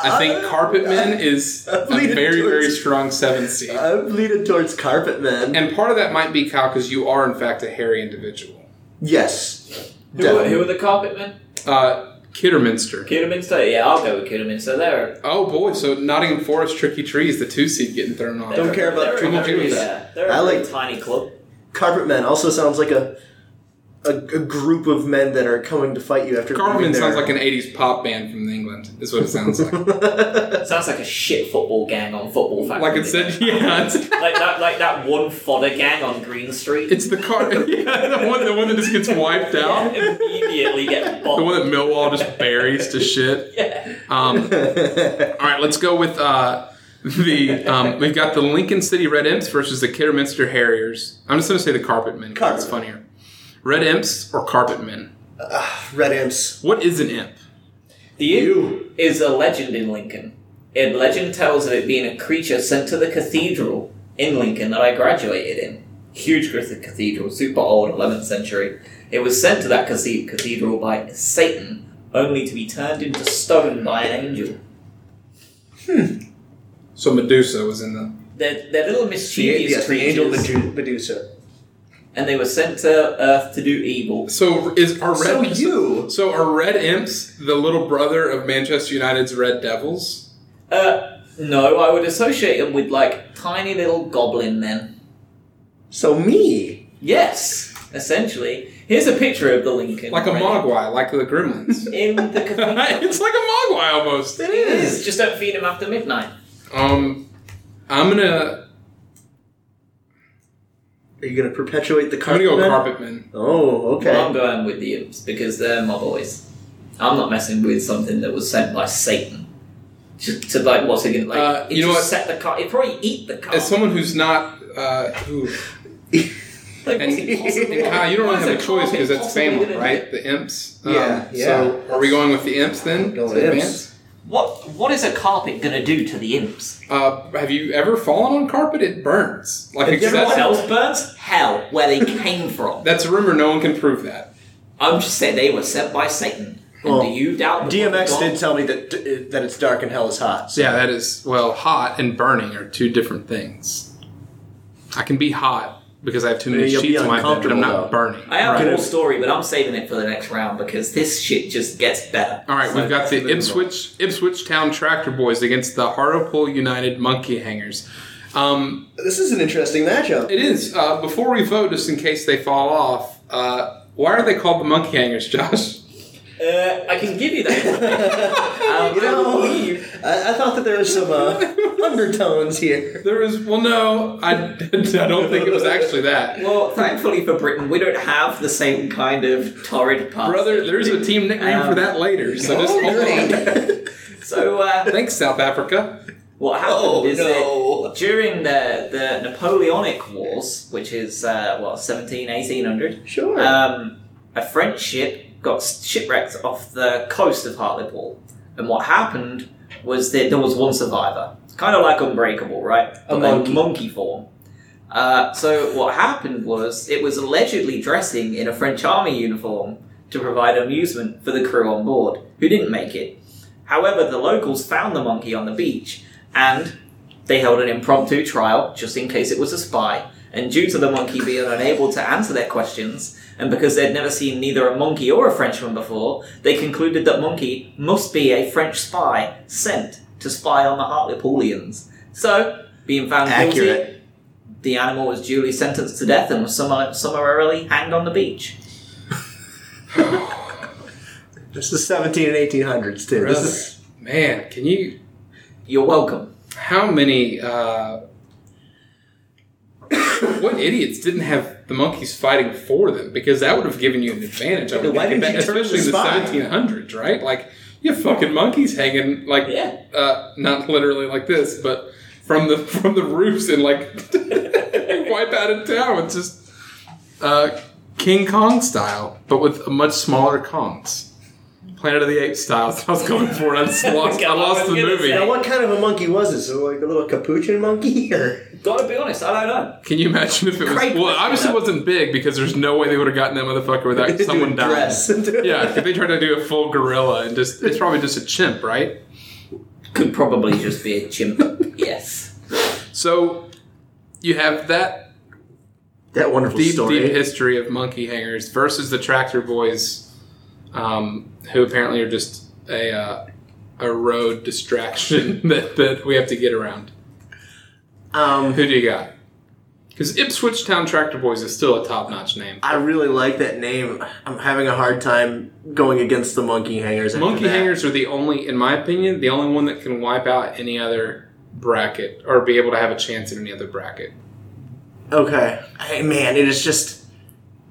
I think Carpet Men is a
leaning
very very
towards-
strong seven seed.
Uh,
I'm leaning towards Carpet Man.
And part of that might be Kyle because you are in fact a hairy individual.
Yes.
Who are, who are the carpet men?
Uh, Kidderminster.
Kidderminster? Yeah, I'll go with Kidderminster. They're
oh boy, so Nottingham Forest tricky trees, the two seed getting thrown off.
Don't care about
they're
Triple
the
a-
Trees.
Yeah, they're a
I
really
like-
tiny club.
Carpet Man also sounds like a, a a group of men that are coming to fight you after.
Carmen
leaving
sounds
their-
like an '80s pop band from England. Is what it sounds like.
It sounds like a shit football gang on Football Factory.
like it said, yeah, it's,
like that, like that one fodder gang on Green Street.
it's the car, yeah, the one, the one that just gets wiped
Yeah,
out,
immediately get
the one
bombed.
that Millwall just buries to shit.
Yeah.
Um, all right, let's go with uh, the um, we've got the Lincoln City Red Imps versus the Kidderminster Harriers. I'm just gonna say the Carpet Men. 'cause It's
Carpet
funnier. Red Imps or Carpet Men?
Red Imps.
What is an imp?
The imp is a legend in Lincoln. And legend tells of it being a creature sent to the cathedral in Lincoln that I graduated in. Huge Griffith Cathedral, super old, 11th century. It was sent to that cathe- cathedral by Satan, only to be turned into stone by an angel.
So Medusa was in the
They're, they're little mischievous
yes, the
creatures,
angel Medu- Medusa.
and they were sent to Earth to do evil.
So is our red
So you.
so are red imps the little brother of Manchester United's Red Devils?
Uh, no, I would associate them with like tiny little goblin men.
So me.
Yes, essentially. Here's a picture of the Lincoln.
Like a
Red
mogwai, like the gremlins.
In the cathedral.
it's like a mogwai almost.
It
it is. Just don't feed him after midnight.
Um I'm gonna
Are you gonna perpetuate the
I'm gonna
carpet?
go
man?
carpetman.
Oh, okay.
I'm going with the imps because they're my boys. I'm not messing with something that was sent by Satan. To, to like, what's it gonna like?
Uh, you know what?
intercept the car. It'd probably eat the car.
As someone who's not uh who
Like,
and,
what's it possibly-
and Kyle, you don't
why
really
is
have a
car
choice because that's
possibly
family,
gonna-
right? The imps.
Yeah,
Um,
yeah.
So are we going with the imps then?
Go with
to
imps.
advance?
What What is a carpet gonna do to the imps?
Uh, have you ever fallen on carpet? It burns. Like
Have you ever
excessive-
Everyone else burns hell where they came from.
That's a rumor. No one can prove that.
I'm just saying they were sent by Satan. And
Well,
do you doubt the word of
DMX
God?
did tell me that d- that it's dark and hell is hot. So.
Yeah, that is well, hot and burning are two different things. I can be hot because I have too many
You'll be
sheets on my bed, but I'm
uncomfortable,
not
though.
burning.
I have
Right.
a whole story, but I'm saving it for the next round because this shit just gets better.
All right, we've got the
Unbelievable.
Ipswich Ipswich Town Tractor Boys against the Hartlepool United Monkey Hangers. Um,
This is an interesting matchup.
it is uh, before we vote, just in case they fall off. Uh, why are they called the Monkey Hangers, Josh?
Uh, I can give you that. um,
You know-
I believe
I, I thought that there were some uh, undertones here.
There is well, no, I, I don't think it was actually that.
Well, thankfully for Britain, we don't have the same kind of torrid past. Oh,
Brother, there's a team nickname
Um,
for that later, so just hold on.
So, uh,
Thanks, South Africa.
what happened
Oh,
is
no.
that during the, the Napoleonic Wars, which is, uh, what, 17, 1800,
Sure.
Uh,
Um, a French ship got shipwrecked off the coast of Hartlepool, and what happened was that there was one survivor, kind of like Unbreakable, right? But in
monkey.
monkey form. Uh, so what happened was it was allegedly dressing in a French army uniform to provide amusement for the crew on board, who didn't make it. However, the locals found the monkey on the beach and They held an impromptu trial just in case it was a spy, and due to the monkey being unable to answer their questions, and because they'd never seen neither a monkey or a Frenchman before, they concluded that monkey must be a French spy sent to spy on the Hartlepoolians. So, being found
Accurate.
guilty, the animal was duly sentenced to death and was summar- summarily hanged on the beach.
This is 17 and 1800s too. This is
Man, can you?
You're welcome.
How many? Uh, what idiots didn't have the monkeys fighting for them? Because that would have given you an advantage. I would
Why
think,
didn't
back-
you turn to
especially in the
spy?
1700s, right? Like you have fucking monkeys hanging, like
Yeah.
uh, not literally like this, but from the from the roofs and like wipe out a town. It's just uh, King Kong style, but with much smaller Kongs. Planet of the Apes style. That's what I was going for. I just lost, I
God, I
lost
was
the
gonna
movie.
say.
now what kind of a monkey was this? Was it like a little capuchin monkey or
Gotta be honest, I don't know.
Can you imagine if it was?
Craig
well,
was
obviously it
gonna-
wasn't big because there's no way they would have gotten that motherfucker without someone dying.
dress?
Yeah, if they tried to do a full gorilla and just it's probably just a chimp, right?
Could probably just be a chimp. yes.
So you have that
that wonderful
deep,
story.
deep history of monkey hangers versus the tractor boys, um, who apparently are just a uh, a road distraction that, that we have to get around.
Um,
Who do you got? Because Ipswich Town Tractor Boys is still a top notch name.
I really like that name. I'm having a hard time going against the monkey hangers. after
Monkey
that.
hangers are the only, in my opinion, the only one that can wipe out any other bracket or be able to have a chance in any other bracket.
Okay, hey man, it is just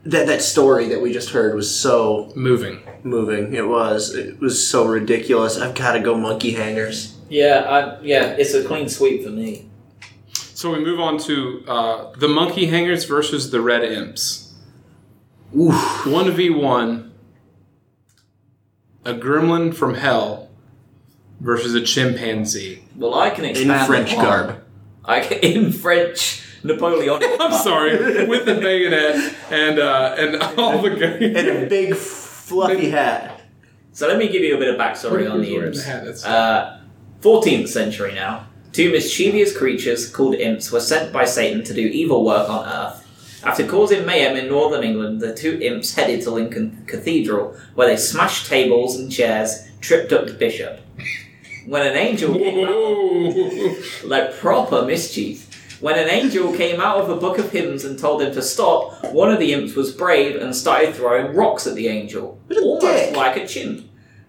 that that story that we just heard was so
Moving.
moving. It was. It was so ridiculous. I've got to go monkey hangers.
Yeah, I, yeah, it's a clean sweep for me.
So we move on to uh, the monkey hangers versus the red imps.
Oof.
One v one. A gremlin from hell versus a chimpanzee.
Well, I can
In
expand
French
upon-
garb.
I can, in French Napoleonic.
I'm sorry, with the bayonet and uh, and all the
And
guns.
a big fluffy hat.
So let me give you a bit of backstory on the imps. Uh, 14th century now. Two mischievous creatures called imps were sent by Satan to do evil work on Earth. After causing mayhem in northern England, the two imps headed to Lincoln Cathedral, where they smashed tables and chairs, tripped up the bishop. When an angel came out-
Whoa.
like proper mischief. When an angel came out of a book of hymns and told him to stop, one of the imps was brave and started throwing rocks at the angel, almost
dick.
like a chimp.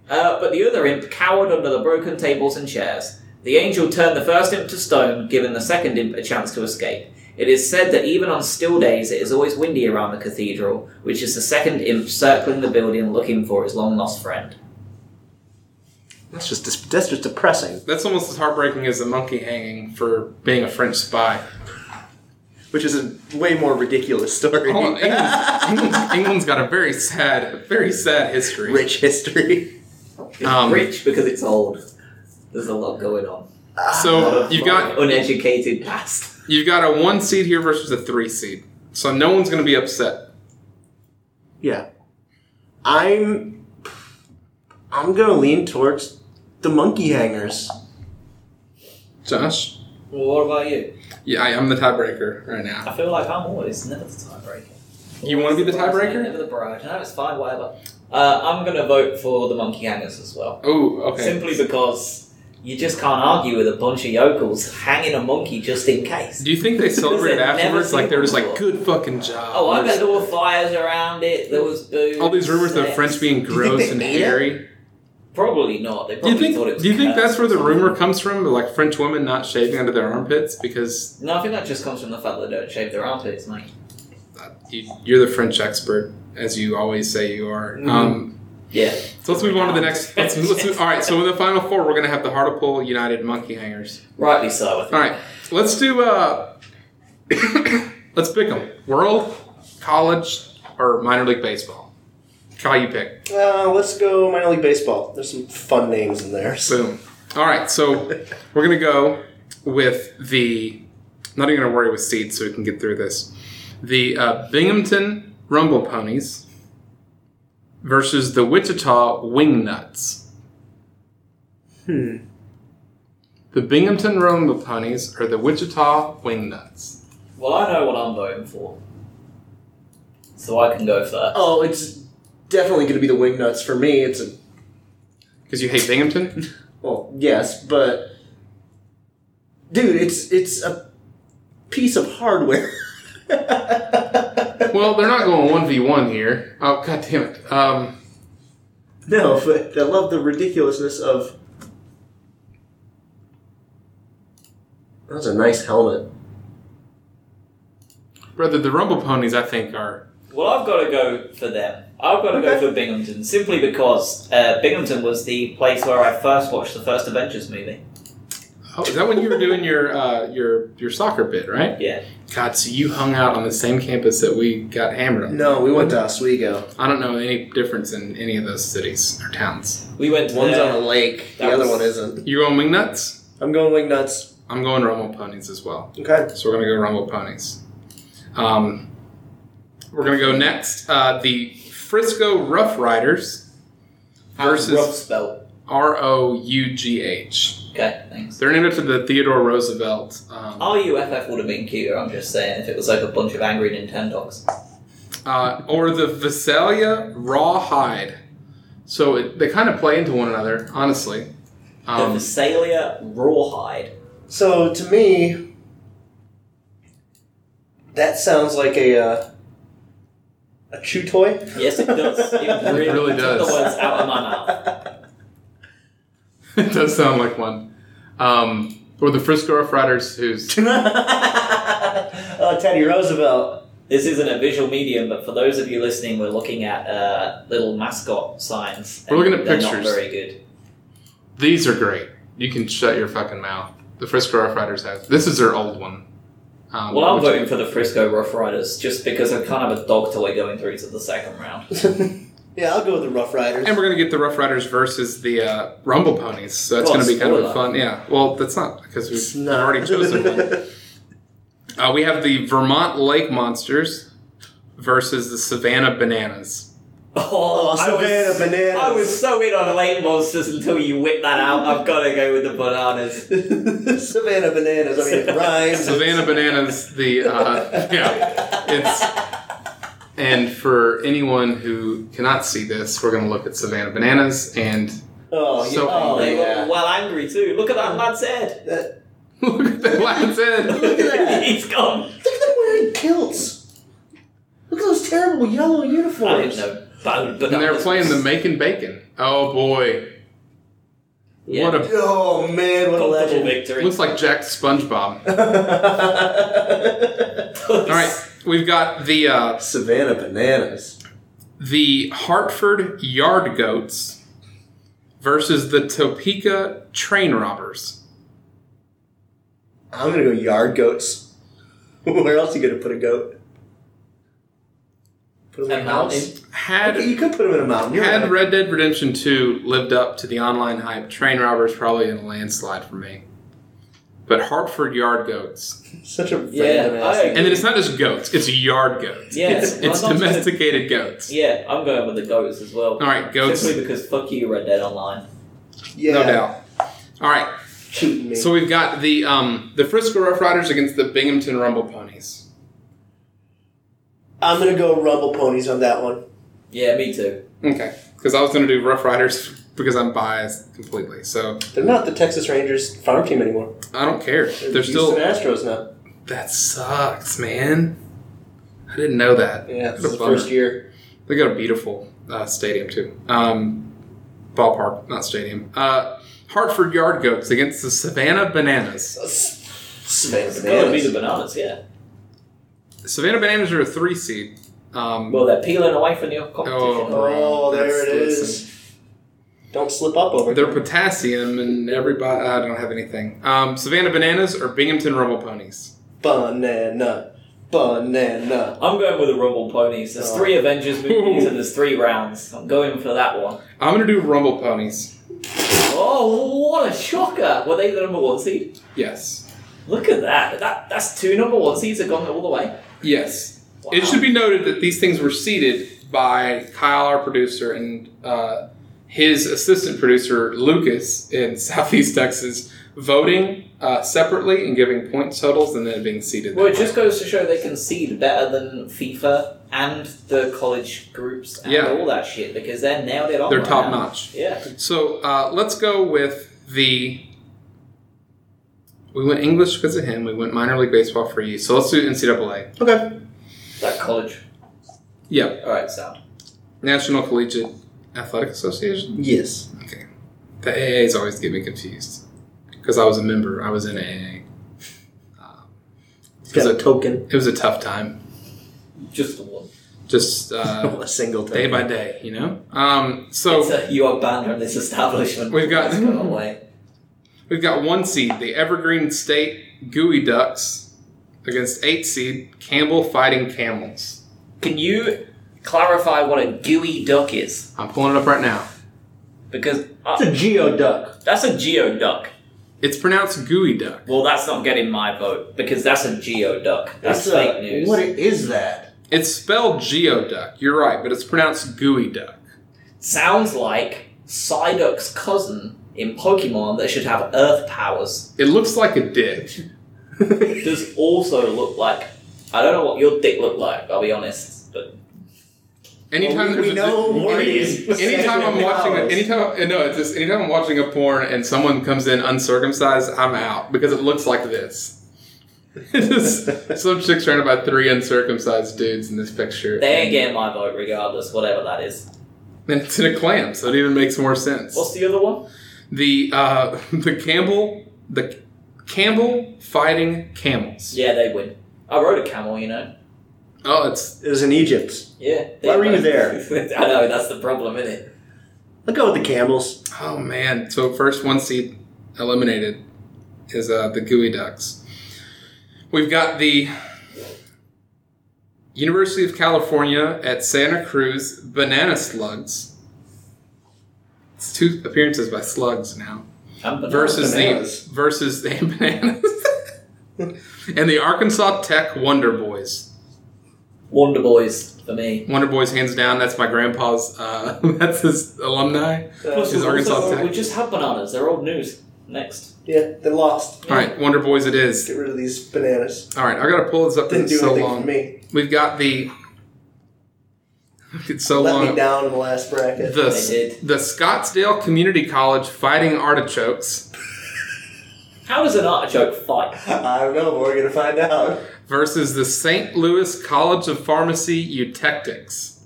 Uh, but the other imp cowered under the broken tables and chairs. The angel turned the first imp to stone, giving the second imp a chance to escape. It is said that even on still days, it is always windy around the cathedral, which is the second imp circling the building looking for its long lost friend.
That's just dis- that's just depressing.
That's almost as heartbreaking as the monkey hanging for being a French spy.
Which is a way more ridiculous story.
Hold on, England's, England's, England's got a very sad, very sad history.
Rich history.
It's
Um,
rich because it's old. There's a lot going on.
So you've got
uneducated past.
you've got a one seed here versus a three seed. So no one's going to be upset.
Yeah. I'm I'm gonna lean towards the monkey hangers.
Josh,
Well, what about you?
yeah, I, I'm the tiebreaker right now.
I feel like I'm always never the tiebreaker.
You wanna be the
Always
tiebreaker?
Never the bride. No, it's fine. Whatever. Uh, I'm gonna vote for the monkey hangers as well,
Oh, okay.
simply because you just can't argue with a bunch of yokels hanging a monkey just in case.
Do you think they celebrated
Because they've never
afterwards?
seen
Like they're just like,
before.
good fucking job.
Oh, I
There's
bet there were fires around it. There was booze.
all these rumors of the
sex.
French being gross and
ate it?
hairy.
Probably not. They
Do
probably
you think?
thought it was.
Do you think
cursed
that's where the
or something.
rumor comes from? Like French women not shaving under their armpits because
No, I think that just comes from the fact that they don't shave their armpits, mate.
you, you're the French expert, as you always say you are.
Mhm.
Um,
Yeah.
So let's move on to the next. Let's, let's move, all right. So in the final four, we're gonna have the Hartlepool United monkey hangers.
Rightly so. I think.
All right. Let's do. Uh, let's pick them. World, college, or minor league baseball. Kyle, you pick.
Uh, let's go minor league baseball. There's some fun names in there.
Boom. All right. So we're gonna go with the. Not even gonna worry with seeds, so we can get through this. The uh, Binghamton Rumble Ponies versus the Wichita Wingnuts. The Binghamton Rumble Ponies or the Wichita Wingnuts?
Well, I know what I'm voting for, so I can go first.
Oh, it's definitely going to be the Wingnuts for me. It's a
Because you hate Binghamton?
well, yes, but dude, it's it's a piece of hardware.
well, they're not going 1v1 here. Oh, god damn it. Um,
No, but I love the ridiculousness of. That's a nice helmet.
brother, the Rumble Ponies, I think, are.
Well, I've got to go for them. I've got to go for Binghamton simply because uh, Binghamton was the place where I first watched the first Avengers movie.
Oh, is that when you were doing your uh, your your soccer bit, right?
Yeah,
God, so you hung out on the same campus that we got hammered on.
No, we went to Oswego.
I don't know any difference in any of those cities or towns.
we went to
One's
there.
on a lake, the
That
other
was-
one isn't.
You going Wingnuts?
I'm going Wingnuts.
I'm going Rumble Ponies as well.
Okay.
So we're gonna go Rumble Ponies. Um, we're gonna go next. Uh, the Frisco Rough Riders
rough
versus
spell.
R O U G H.
Okay, thanks.
They're named after the Theodore Roosevelt. Um,
RUFF would have been cuter. I'm just saying if it was like a bunch of angry Nintendogs.
uh, or the Visalia Rawhide. So it, they kind of play into one another, honestly.
the
Um,
Visalia Rawhide.
So to me, that sounds like a uh, a chew toy.
Yes, it does. It really,
really
took
does.
the words out of my mouth.
it does sound like one. Um, or the Frisco Rough Riders, who's
oh, Teddy Roosevelt.
This isn't a visual medium, but for those of you listening, we're looking at uh, little mascot signs.
We're
and
looking at
they're
pictures.
Not very good.
These are great. You can shut your fucking mouth. The Frisco Rough Riders have. This is their old one. Um,
Well, I'm
which-
voting for the Frisco Rough Riders just because I can't have a dog toy going through to the second round.
Yeah, I'll go with the Rough Riders.
And we're gonna get the Rough Riders versus the uh, Rumble Ponies, so that's
Well,
gonna be kind of a
spoiler.
fun. Yeah. Well, that's not because
It's
we've
not.
already chosen one. Uh, we have the Vermont Lake Monsters versus the Savannah Bananas.
Oh, I was,
Savannah Bananas.
I was so in on late monsters until you whipped that out. I've got to go with the bananas.
Savannah bananas. I mean, it rhymes.
Savannah Bananas. The uh, yeah, it's. And for anyone who cannot see this, we're going to look at Savannah Bananas and
Oh,
So-
yeah. oh
they
yeah.
were well angry too. Look at that lad's head.
That,
look at that lion's head.
look at that.
He's gone.
Look at them wearing kilts. Look at those terrible yellow
I
uniforms.
didn't know. But, but
And they
that
were
was-
playing the Making Bacon. Oh boy.
Yeah.
What a
Oh man, what a
comfortable
legend!
victory.
looks like Jack SpongeBob. All right, we've got the uh,
Savannah bananas.
the Hartford Yard Goats versus the Topeka Train Robbers.
I'm gonna go yard goats. Where else you gonna put a goat? Put 'em in
A
a
mountain.
house. Okay,
Had
you could put them in a mountain. You're
had
right.
Red Dead Redemption 2 lived up to the online hype, Train Robbers probably in a landslide for me. But Hartford Yard Goats.
Such a
Yeah,
random
I
And then it's not just goats, it's yard goats.
Yeah,
it's,
well,
it's
I'm not gonna-
domesticated goats.
Yeah, I'm going with the goats as well.
All right, goats.
Simply because fuck you, Red Dead Online.
yeah,
No doubt. All right,
cheating me.
so we've got the um, the Frisco Rough Riders against the Binghamton Rumble Ponies.
I'm gonna go rumble ponies on that one.
Yeah, me too.
Okay, because I was going to do Rough Riders because I'm biased completely. So
They're not the Texas Rangers farm team anymore.
I don't care.
They're,
They're
the
still
Houston Astros now.
that sucks, man. I didn't know that.
Yeah, this
What a
is the
bummer.
first year.
They got a beautiful uh, stadium too. Um, ballpark, not stadium. Uh, Hartford Yard Goats against the Savannah Bananas.
Savannah
It's gotta be the
bananas.
bananas, yeah.
Savannah Bananas are a three seed. Um,
Well, they're peeling away from your competition.
Oh, there
That's-
it is. Don't slip up over.
They're potassium and everybody. I don't have anything. Um, Savannah bananas or Binghamton rumble ponies.
Banana. Banana.
I'm going with the Rumble Ponies. There's
Oh.
three Avengers movies and there's three rounds. I'm going for that one.
I'm gonna do rumble ponies.
Oh, what a shocker! Were they the number one seed?
Yes,
Look at that. that that's two number one seeds have gone all the way.
yes.
Wow.
It should be noted that these things were seeded by Kyle, our producer, and uh, his assistant producer Lucas in Southeast Texas voting uh, separately and giving point totals, and then being seated.
Well, it just goes to show they concede better than FIFA and the college groups and
Yeah.
all that shit because they're nailed it on.
They're
right
top
now.
notch.
Yeah.
So uh, let's go with the. We went English because of him. We went minor league baseball for you. So let's do NCAA.
Okay.
That college.
Yeah,
All right, sound.
National Collegiate Athletic Association.
Yes.
Okay, the AA's always get me confused because I was a member. I was in AA. Um,
It's
it, was
got a
a,
token.
it was a tough time.
Just the one.
Just uh,
a single
day
token.
by day, you know. Um,
It's
so
a, you are banned from this establishment.
We've got-
Let's go away.
we've got one seed, the Evergreen State Gooey Ducks, against eight seed Campbell Fighting Camels.
Can you clarify what a gooey duck is?
I'm pulling it up right now.
Because
It's
uh,
a geo duck.
that's a geo duck.
It's pronounced gooey duck.
Well, that's not getting my vote because that's a geo duck. That's
It's a-
fake news.
What is that?
It's spelled geoduck. You're right, but it's pronounced gooey duck.
Sounds like Psyduck's cousin in Pokemon that should have Earth powers.
It looks like a dick.
Does also look like I don't know what your dick looked like. I'll be honest, but
Anytime
Well, we- we
there's a
know
any-
Morty's
anytime I'm
second
watching, a,
house.
anytime uh, no, it's just anytime I'm watching a porn and someone comes in uncircumcised, I'm out because it looks like this. It's just some chick surrounded by three uncircumcised dudes in this picture.
they ain't getting my vote regardless, whatever that is.
And it's in a clam, so it even makes more sense.
What's the other one?
The uh, the Campbell the Campbell fighting camels.
Yeah, they win. I rode a camel, you know.
Oh, it's
It was in Egypt.
Yeah. they
Why were you
win.
there?
I know that's the problem, isn't it?
I'll go with the camels.
Oh man! So first one seed eliminated is uh, the Gooey Ducks. We've got the University of California at Santa Cruz Banana Slugs. It's two appearances by Slugs now
I'm banana.
versus
Bananas.
the versus the Bananas and the Arkansas Tech Wonder Boys.
Wonder Boys for me.
Wonder Boys hands down. That's my grandpa's. Uh, that's his alumni.
Plus,
is
we've
Arkansas
also-
Tech.
we just had bananas. They're old news. Next.
Yeah, they lost.
All right, Wonder Boys it is.
Get rid of these bananas.
All right, I gotta pull this up. 'cause
Didn't do
It's so
anything
long.
for me.
We've got the. It's so
Let
long.
me down in the last bracket.
The
They did.
the Scottsdale Community College Fighting Artichokes
How does an artichoke fight?
I don't know, but we're gonna find out.
versus the St. Louis College of Pharmacy Eutectics.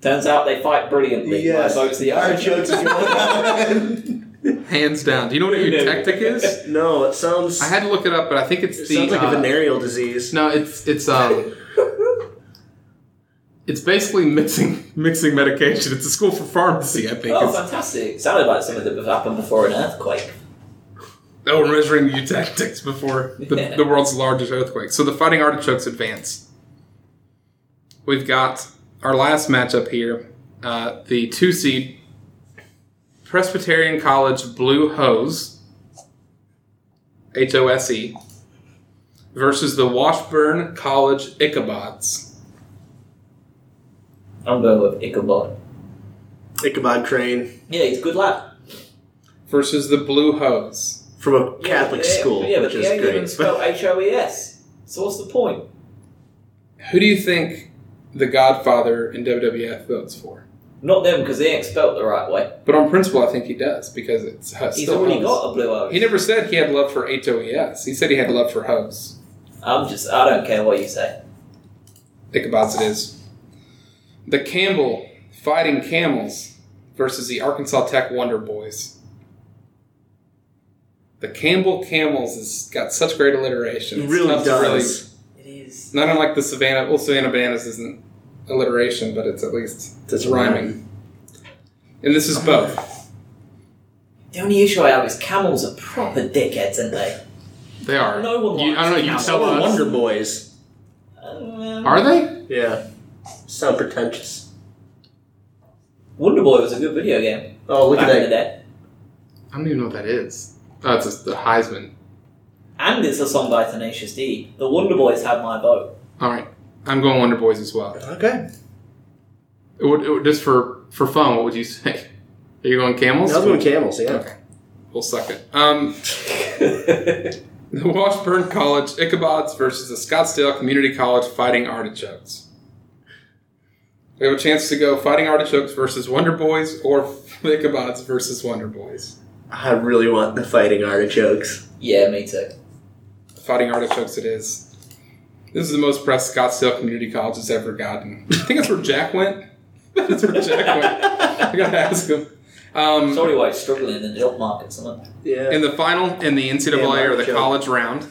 Turns out they fight brilliantly.
Yes.
My vote's the
Artichokes is going
Hands down. Do you know what a
Who knew?
eutectic is?
on. no, it sounds.
I had to look it up, but I think it's
it
the.
sounds like
uh,
a venereal disease.
no, it's it's um. It's basically mixing mixing medication. It's a school for pharmacy, I think.
Oh,
It's-
fantastic. Sounded like something that would happen before an earthquake.
Oh, we're measuring you tactics before the, the world's largest earthquake. So the Fighting Artichokes advance. We've got our last matchup here uh, the two seed Presbyterian College Blue Hose, H O S E, versus the Washburn College Ichabods.
I'm going with Ichabod.
Ichabod Crane
Yeah, he's a good lad.
Versus the Blue Hose.
from a Catholic
yeah,
school,
Yeah, but
which
they
is
ain't even
great.
spelled H O E S. So what's the point?
Who do you think the Godfather in WWF votes for?
Not them because they ain't spelled the right way.
But on principle, I think he does because it's uh,
He's
still
already
Hose.
got a blue eye.
He never said he had love for HOES. He said he had love for hoes.
I'm just. I don't care what you say.
Ichabod's it is. The Campbell fighting camels versus the Arkansas Tech Wonder Boys. The Campbell Camels has got such great alliteration.
It
It's
really
tough to
does.
It is.
not unlike the Savannah. Well, Savannah Bananas isn't alliteration, but it's at least
That's
rhyming. And this is both.
The only issue I have is camels are proper dickheads, aren't they?
They are.
No one
You- I don't know. You
likes
tell
Oh,
us.
Wonder Boys.
Um,
Are they?
Yeah. Sound pretentious.
Wonder Boy was a good video game.
Oh, look
back in
at
the
that.
day.
I don't even know what that is. Oh, it's just the Heisman.
And it's a song by Tenacious D. The Wonder Boys had my vote.
All right, I'm going Wonder Boys as well.
Okay.
It would, it would- just for for fun, what would you say? Are you going camels?
I was going camels, yeah.
We'll suck it. Um, the Washburn College Ichabods versus the Scottsdale Community College Fighting Artichokes. We have a chance to go Fighting Artichokes versus Wonder Boys or the Ichabods versus Wonder Boys.
I really want the fighting artichokes.
Yeah, me too.
Fighting Artichokes it is. This is the most press Scottsdale Community College has ever gotten. I think that's where Jack went. that's where Jack went. I gotta ask him. Um,
Sorry, why it's struggling in the job market, someone.
Yeah.
And the final in the NCAA
Yeah,
or the
joke.
college round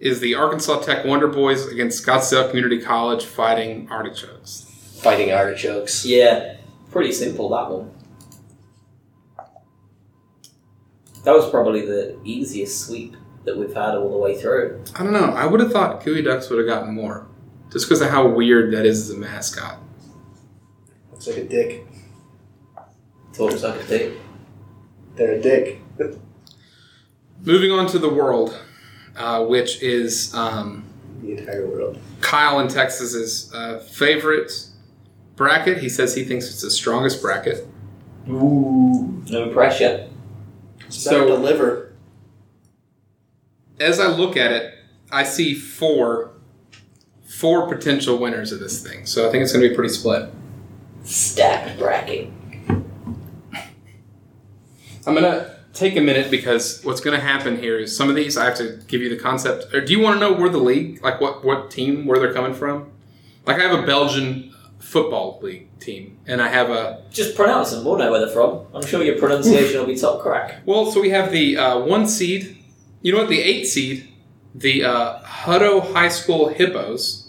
is the Arkansas Tech Wonder Boys against Scottsdale Community College Fighting Artichokes.
Fighting artichokes.
Yeah, pretty simple that one. That was probably the easiest sweep that we've had all the way through.
I don't know. I would have thought Cooey Ducks would have gotten more just because of how weird that is as a mascot.
Looks like a dick.
Talks like a dick.
They're a dick.
Moving on to the world, uh, which is um,
The entire world.
Kyle in Texas's uh, favorite bracket. He says he thinks it's the strongest bracket.
Ooh, no pressure.
It's
So-
better to deliver.
as I look at it, I see four four potential winners of this thing. So I think it's going to be pretty split.
Stacked bracket.
I'm going to take a minute because what's going to happen here is some of these I have to give you the concept. Or do you want to know where the league, like what what team, where they're coming from? Like I have a Belgian football league team, and I have a
Just pronounce them. We'll know where they're from. I'm sure your pronunciation will be top crack.
well. So we have the uh, one seed. You know what? The eight seed, the uh, Hutto High School Hippos,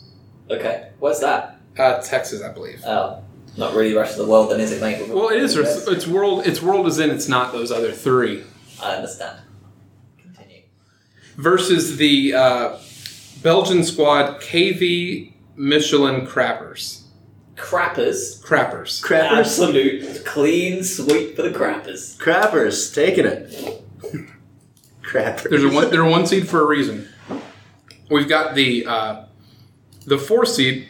Okay, where's that?
uh, Texas, I believe.
Oh, not really the rest of the world, then, is it, mate?
Well, it is. It's, it's world. It's world is in. It's not those other three.
I understand. Continue.
Versus the uh, Belgian squad, KV Michelin Crappers.
Crappers.
Crappers.
Crappers?
Absolute clean sweep for the crappers.
Crappers, taking it. Crappers.
There's a one. They're one seed for a reason. We've got the uh, the four seed.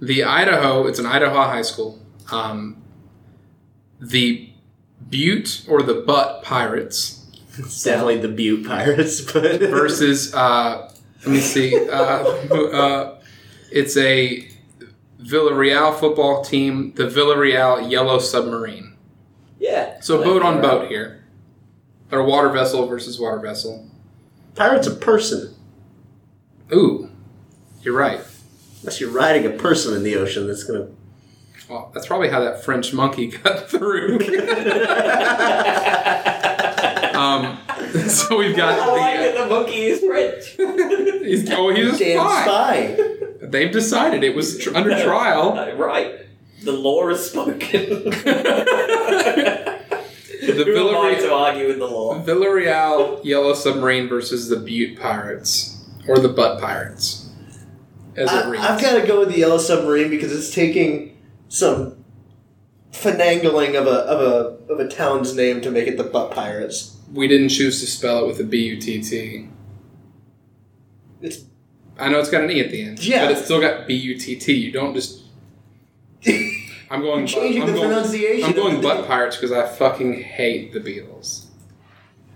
The Idaho. It's an Idaho high school. Um, the Butte or the Butt Pirates
It's definitely the Butte Pirates, but
versus uh, let me see uh, uh, it's a Villarreal football team the Villarreal Yellow Submarine
Yeah.
so
Like,
boat on
uh,
boat here or water vessel versus water vessel
pirate's a person.
ooh you're right
Unless you're riding a person in the ocean, that's gonna.
well that's probably how that French monkey got through um, so we've got
I like
the,
that the monkey is rich.
he's, oh he's a
Damn
spy.
spy.
they've decided it was tr- under trial
No, right. The law is spoken.
the
Who am I
Villarreal
to argue with the law?
Villarreal Yellow Submarine versus the Butte Pirates or the Butt Pirates, as it reads.
I, have got to go with the yellow submarine because it's taking some finagling of a of a of a town's name to make it the Butt Pirates.
we didn't choose to spell it with a B U T T.
It's-
I know it's got an e at the end,
Yeah.
but it's still got B U T T. You don't just. I'm going. butt-
Changing
I'm
the
going,
pronunciation.
I'm
of
going
the
Butt Pirates because I fucking hate the Beatles.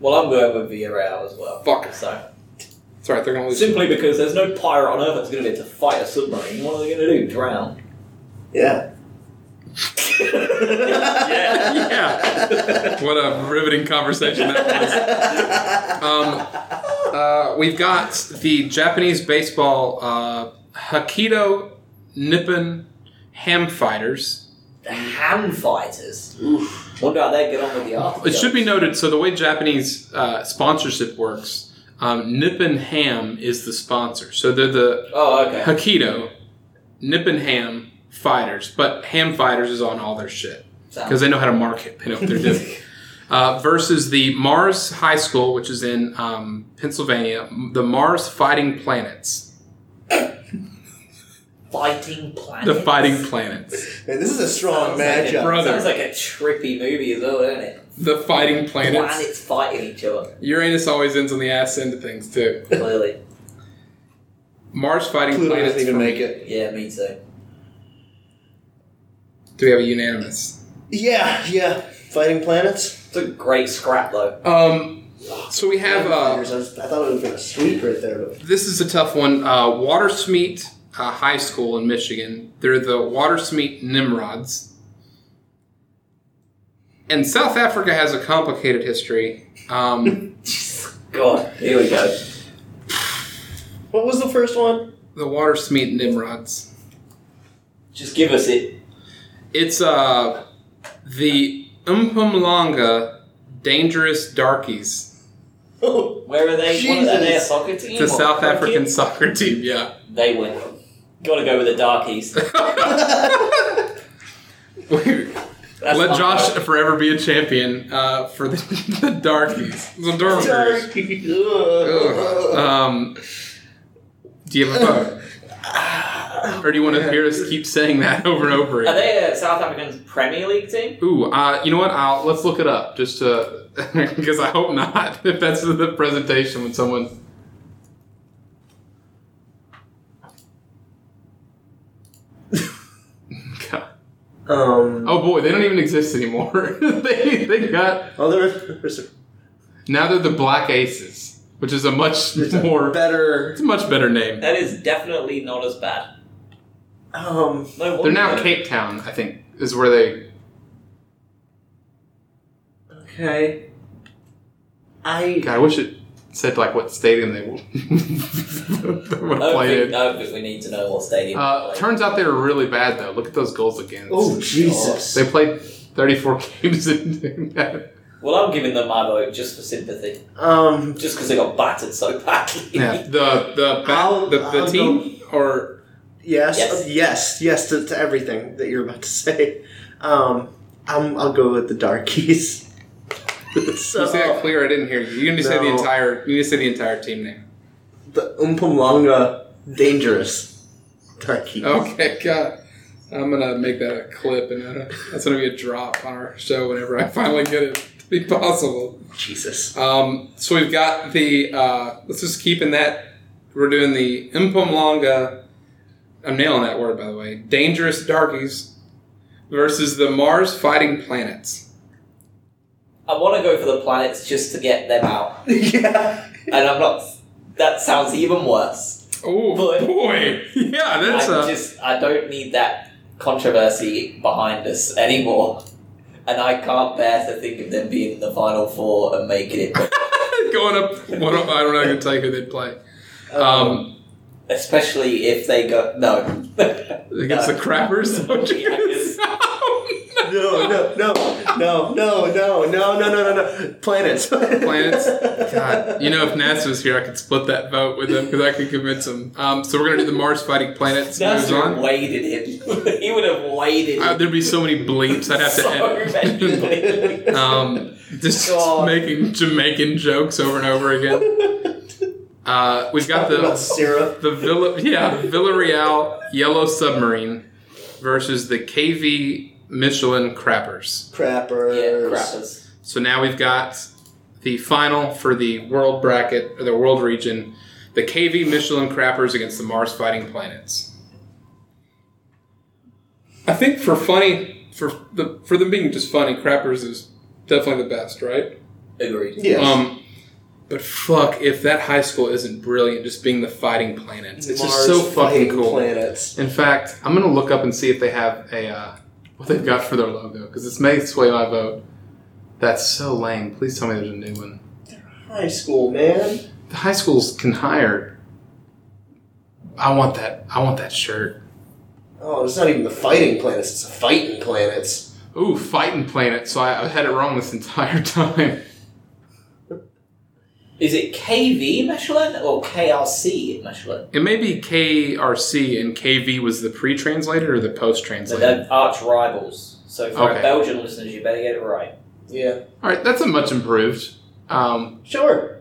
Well, I'm going with Villarreal as well.
Fuck.
So,
It's alright, they're gonna lose.
simply because there's no pirate on earth that's going to be able to fight a submarine. What are they going to do? Drown?
Yeah.
yeah. What a riveting conversation that was. Um, uh, we've got the Japanese baseball uh, Hokkaido Nippon Ham Fighters.
The ham fighters. Oof. Wonder how they get on with the art.
It should be noted so, the way Japanese uh, sponsorship works, um, Nippon Ham is the sponsor. So, they're the
Oh, okay.
Hokkaido Nippon Ham Fighters, but Ham Fighters is on all their shit. because
Sounds-
they know how to market. They know what they're doing. Uh, versus the Mars High School, which is in um, Pennsylvania, m- the Mars Fighting Planets,
Fighting planets.
the Fighting Planets,
Man, this is a strong
Sounds like
matchup.
a-
Brother.
Sounds like a trippy movie as well, isn't it?
the Fighting Planets.
Planets fighting each other.
Uranus always ends on the ass end of things too.
Clearly.
Mars Fighting
Pluto
Planets.
doesn't even
for me.
make it.
Yeah, me too.
Do we have a unanimous?
Yeah, yeah. Fighting planets.
It's a great scrap though.
Um, so we have uh,
I, was- I thought it was going to sweep right there, but
this is a tough one. Uh, Watersmeet uh, High School in Michigan. They're the Watersmeet Nimrods. And South Africa has a complicated history. Um,
God, here we go.
what was the first one?
the Watersmeet Nimrods.
Just give us it.
It's uh, the Umpumlanga Dangerous Darkies.
Oh,
Where are they? What are they? They're a
Jesus.
soccer team.
It's a
or
South
cricket?
African soccer team, yeah.
They win. Gotta go with the darkies.
Wait,
That's
Let
my
Josh
vote.
forever be a champion uh, for the, the darkies. The dormers. Ugh. Um, do you have a vote? or do you want to hear us keep saying that over and over
Are
again?
they a South African Premier League team?
Ooh, uh, you know what? I'll, let's look it up just to. Because I hope not. If that's the presentation when someone. God.
Um.
Oh boy, they don't even exist anymore. they, they got.
Oh, there there's a
Now they're the Black Aces, which is a much more.
better.
It's a much better name.
That is definitely not as bad.
Um.
No wonder.
They're now Cape Town, I think, is where they.
Okay. I.
God, I wish it said like what stadium they would they would
I don't,
play
think,
in.
I don't think we need to know what stadium.
Uh,
they play.
turns out they were really bad though. Look at those goals against.
Oh Jesus!
They played 34 games in.
well, I'm giving them my vote just for sympathy,
Um.
just because they got battered so badly.
yeah, the the
I'll-
the, the
I'll
team or
Yes.
Yes.
Yes. Yes. to, to everything that you're about to say. Um. I'm, I'll go with the darkies.
you say that
so,
clear? I didn't hear you. You need to say the
No.
entire. You need to say the entire team name.
the Umpumlanga dangerous darkies.
Okay, God. I'm gonna make that a clip, and that- that's gonna be a drop on our show whenever I finally get it to be possible.
Jesus.
Um, so we've got the. Uh, let's just keep in that. We're doing the Impumlonga. I'm nailing that word, by the way. Dangerous Darkies versus the Mars Fighting Planets.
I want to go for the planets just to get them out,
yeah.
and I'm not. That sounds even worse.
Oh
But-
boy! Yeah, that's uh,
I
a.
just I don't need that controversy behind us anymore, and I can't bear to think of them being in the final four and making it.
going up. What up, I don't know. I can tell you who they'd play.
Oh,
Um,
Especially if they go no.
against the Crappers.
uh,
Oh,
Yeah, it's-
No, no, no, no, no, no, no, no, no, no, no. Planets.
planets. God, you know, if NASA was here, I could split that vote with them because I could convince them. Um, so we're gonna do the Mars fighting planets. Moves
That's
on.
waded in. he would have waded in.
Uh, there'd be so many bleeps I'd have to
so
edit.
many.
um, just
God.
making Jamaican jokes over and over again. Uh, we've got
About
the
Sarah.
the Villa, yeah, Villarreal Yellow Submarine versus the KV Michelin Crappers.
Crappers.
yeah, crappers.
So now we've got the final for the world bracket or the world region, the KV Michelin Crappers against the Mars Fighting Planets. I think for funny, for the for them being just funny, Crappers is definitely the best, right?
Agreed.
Yes.
Um, but fuck, if that high school isn't brilliant, just being the Fighting Planets, it's
Mars
just so fucking
fighting
cool.
Planets.
In fact, I'm gonna look up and see if they have a uh, what they've got for their logo because this may sway my vote. That's so lame. Please tell me there's a new one.
High school, man.
The high schools can hire. I want that. I want that shirt.
Oh, it's not even the fighting planets. It's the fighting planets.
Ooh, fighting planet. So I, I had it wrong this entire time.
Is it KV Michelin or KRC Michelin?
It may be KRC and KV was the pre-translated or the
So
post-translated.
they're arch rivals. So for
Okay.
our Belgian listeners, you better get it right.
Yeah.
All right, that's a much improved. Um,
Sure.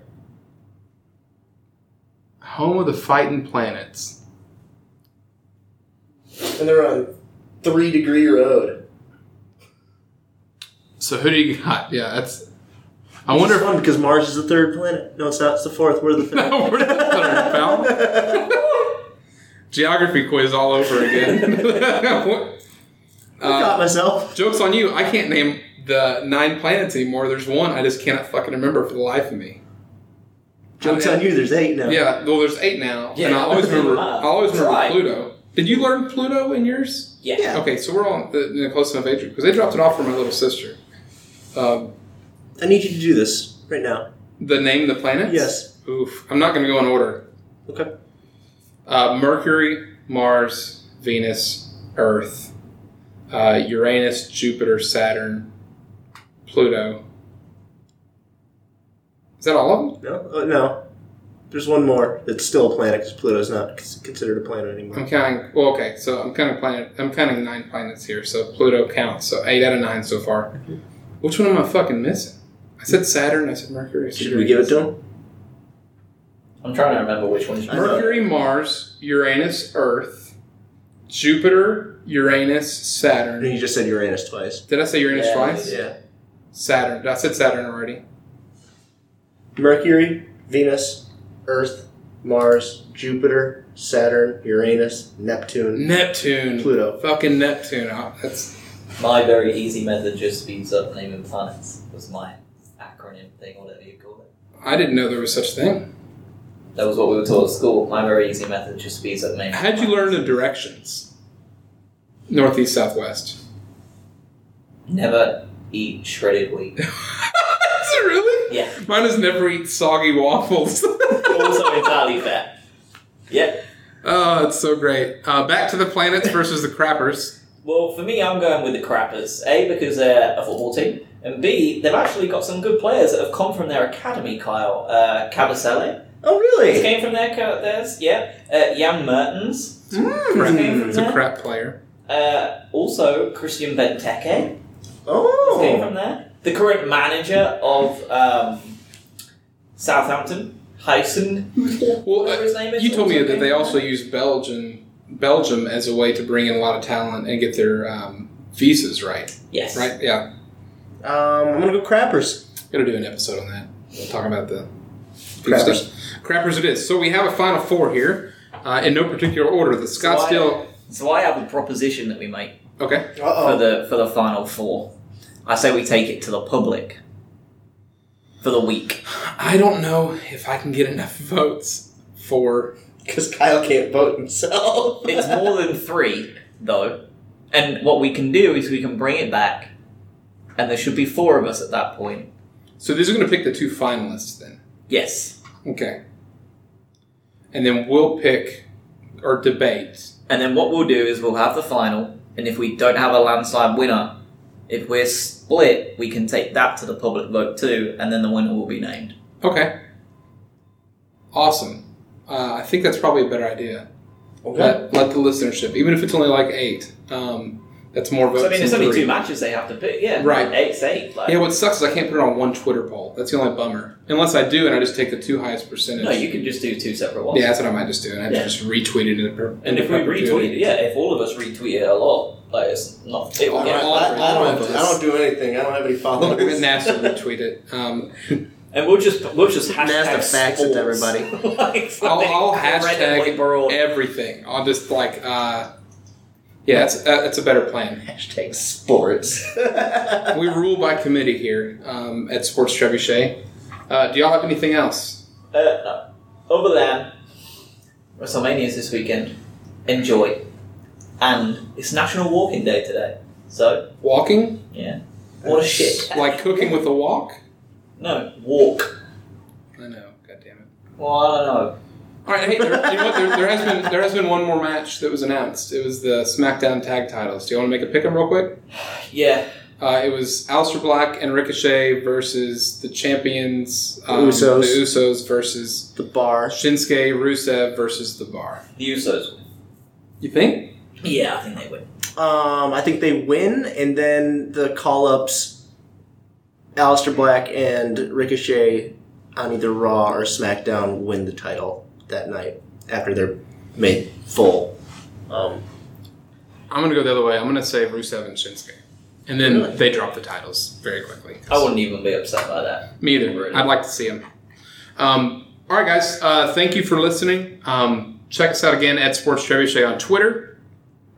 home of the fighting planets.
And they're on Three Degree Road.
So who do you got? Yeah, that's. I wonder if
It's fun because Mars is the third planet. No, it's not. It's the fourth. We're the fifth.
No, we're not third, pal. Geography quiz all over again. Uh,
I caught myself.
Joke's on you. I can't name the nine planets anymore. There's one I just cannot fucking remember for the life of me.
Joke's
yeah.
on you. There's eight now.
Yeah, well, there's eight now,
Yeah,
and I always
it doesn't
remember. I
matter.
always remember
Try.
Pluto. Did you learn Pluto in yours?
Yeah.
Yeah.
Okay, so we're all in the, in the close enough age because they dropped it off for my little sister. Um,
I need you to do this right now.
the name of the planets.
Yes.
Oof. I'm not going to go in order.
Okay.
Uh, Mercury, Mars, Venus, Earth, uh, Uranus, Jupiter, Saturn, Pluto. Is that all of them?
No. Oh, no. There's one more that's still a planet because Pluto's not c- considered a planet anymore.
I'm counting. Well, okay, so I'm counting planet. I'm counting nine planets here, so Pluto counts. So eight out of nine so far. Which one am I fucking missing? I said Saturn. I said Mercury. I said
Should we give it to him?
I'm trying to remember which one's
I know.
Mercury, Mars, Uranus, Earth, Jupiter, Uranus,
And you
Saturn.
just said Uranus twice.
Did I say Uranus
Yeah,
twice?
Yeah.
Saturn. I said Saturn already.
Mercury, Venus, Earth, Mars, Jupiter, Saturn, Uranus, Neptune,
Neptune.
Pluto.
Fucking Neptune. Oh, that's
My very easy method just speeds up naming planets was my acronym thing, whatever you call it.
I didn't know there was such thing.
That was what we were taught at school. My very easy method just speeds up naming.
How'd you learn the directions? Northeast, southwest.
Never eat shredded wheat.
Is it really?
Yeah.
Mine is never eat soggy waffles.
also entirely fair. Yep.
oh, it's so great. Uh, back to the planets versus the crappers.
Well, for me, I'm going with the Crappers. A, because they're a football team, and B, they've actually got some good players that have come from their academy, Kyle. Uh, Cabasele.
Oh,
This
really?
came from their, co- theirs, yeah. Uh, Jan Mertens.
Crap. It's a
Hmm. Yeah.
crap player.
Uh, also, Christian Benteke. came
Oh.
from there. The current manager of um, Southampton, Heisen,
Well, uh,
whatever his name is.
You told me
also
that
came
they
from
also use Belgian Belgium as a way to bring in a lot of talent and get their um, visas right.
there. Yes.
Right? Yeah.
Um, I'm gonna go crappers.
Gonna do an episode on that. We'll talk about the food
Crappers.
stuff. Crappers it is. So we have a final four here, uh, in no particular order. The
So I-
Scottsdale.
So I have a proposition that we make
Okay.
Oh.
for the for the final four. I say we take it to the public for the week.
I don't know if I can get enough votes for.
Because Kyle can't vote himself.
It's more than three though, and what we can do is we can bring it back, and there should be four of us at that point.
So these are gonna pick the two finalists then.
Yes,
Okay. And then we'll pick or debate.
And then what we'll do is we'll have the final, and if we don't have a landslide winner, if we're split, we can take that to the public vote too, and then the winner will be named.
Okay. Awesome. Uh, I think that's probably a better idea. Let, let the listenership, even if it's only like eight, um, that's more votes.
So I mean, there's
than
only
three.
two matches they have to pick. Yeah,
Right.
Eight's eight. Like,
Yeah, what sucks is I can't put it on one Twitter poll. That's the only bummer. Unless I do, and I just take the two highest percentage.
no, you can just do two separate ones.
yeah, that's what I might just do, and I
Yeah.
just retweet it. In per-
And if we retweet, it, yeah, if all of us retweet it a lot, like it's not, it will
All
get
right.
all
I- I don't- I don't
do anything. I don't have any
I'll
followers.
NASA retweet it. Um,
And we'll just we'll just
Nasty
hashtag
facts
sports.
to everybody.
like,
I'll,
something
I'll
incredibly
hashtag
broad.
everything. I'll just like, uh, yeah, that's uh, that's a better plan.
Hashtag sports.
we rule by committee here um, at Sports Trebuchet. Uh, do y'all have anything else?
Uh, no. Other than WrestleMania is this weekend. Enjoy. And it's National Walking Day today. So,
Walking?
yeah. What a shit.
Like cooking with a walk?
No, walk.
I know. God damn it.
Well, I don't know.
All right. Hey, there, you know what? There, there has been there has been one more match that was announced. It was the SmackDown Tag Titles. Do you want to make a pick 'em real quick?
Yeah.
Uh, it was Aleister Black and Ricochet versus the champions, um,
The Usos.
the Usos versus
the bar.
Shinsuke Rusev versus The Bar.
The Usos win.
You think?
Yeah, I think they win.
Um, I think they win, and then the call ups, Aleister Black and Ricochet on either Raw or SmackDown win the title that night after they're made full. Um,
I'm gonna go the other way. I'm gonna say Rusev and Shinsuke, and then
Really?
they drop the titles very quickly.
I wouldn't even be upset by that.
Me either. I'd like to see him. Um, all right, guys. Uh, thank you for listening. Um, check us out again at Sports Trebuchet on Twitter.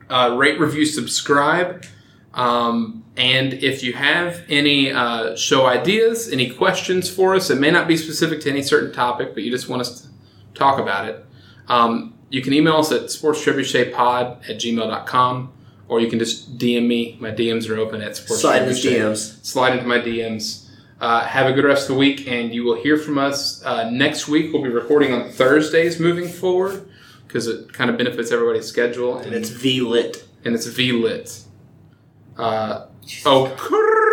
Uh, rate, review, subscribe. Um, and if you have any uh, show ideas, any questions for us, it may not be specific to any certain topic, but you just want us to talk about it, um, you can email us at sportstribuchetpod at gmail.com or you can just DM me. My DMs are open at sports
Slide in his
Trebuchet.
DMs.
Slide into my DMs. Uh, have a good rest of the week, and you will hear from us uh, next week. We'll be recording on Thursdays moving forward because it kind of benefits everybody's schedule.
And it's V lit.
and it's V lit. Uh, oh,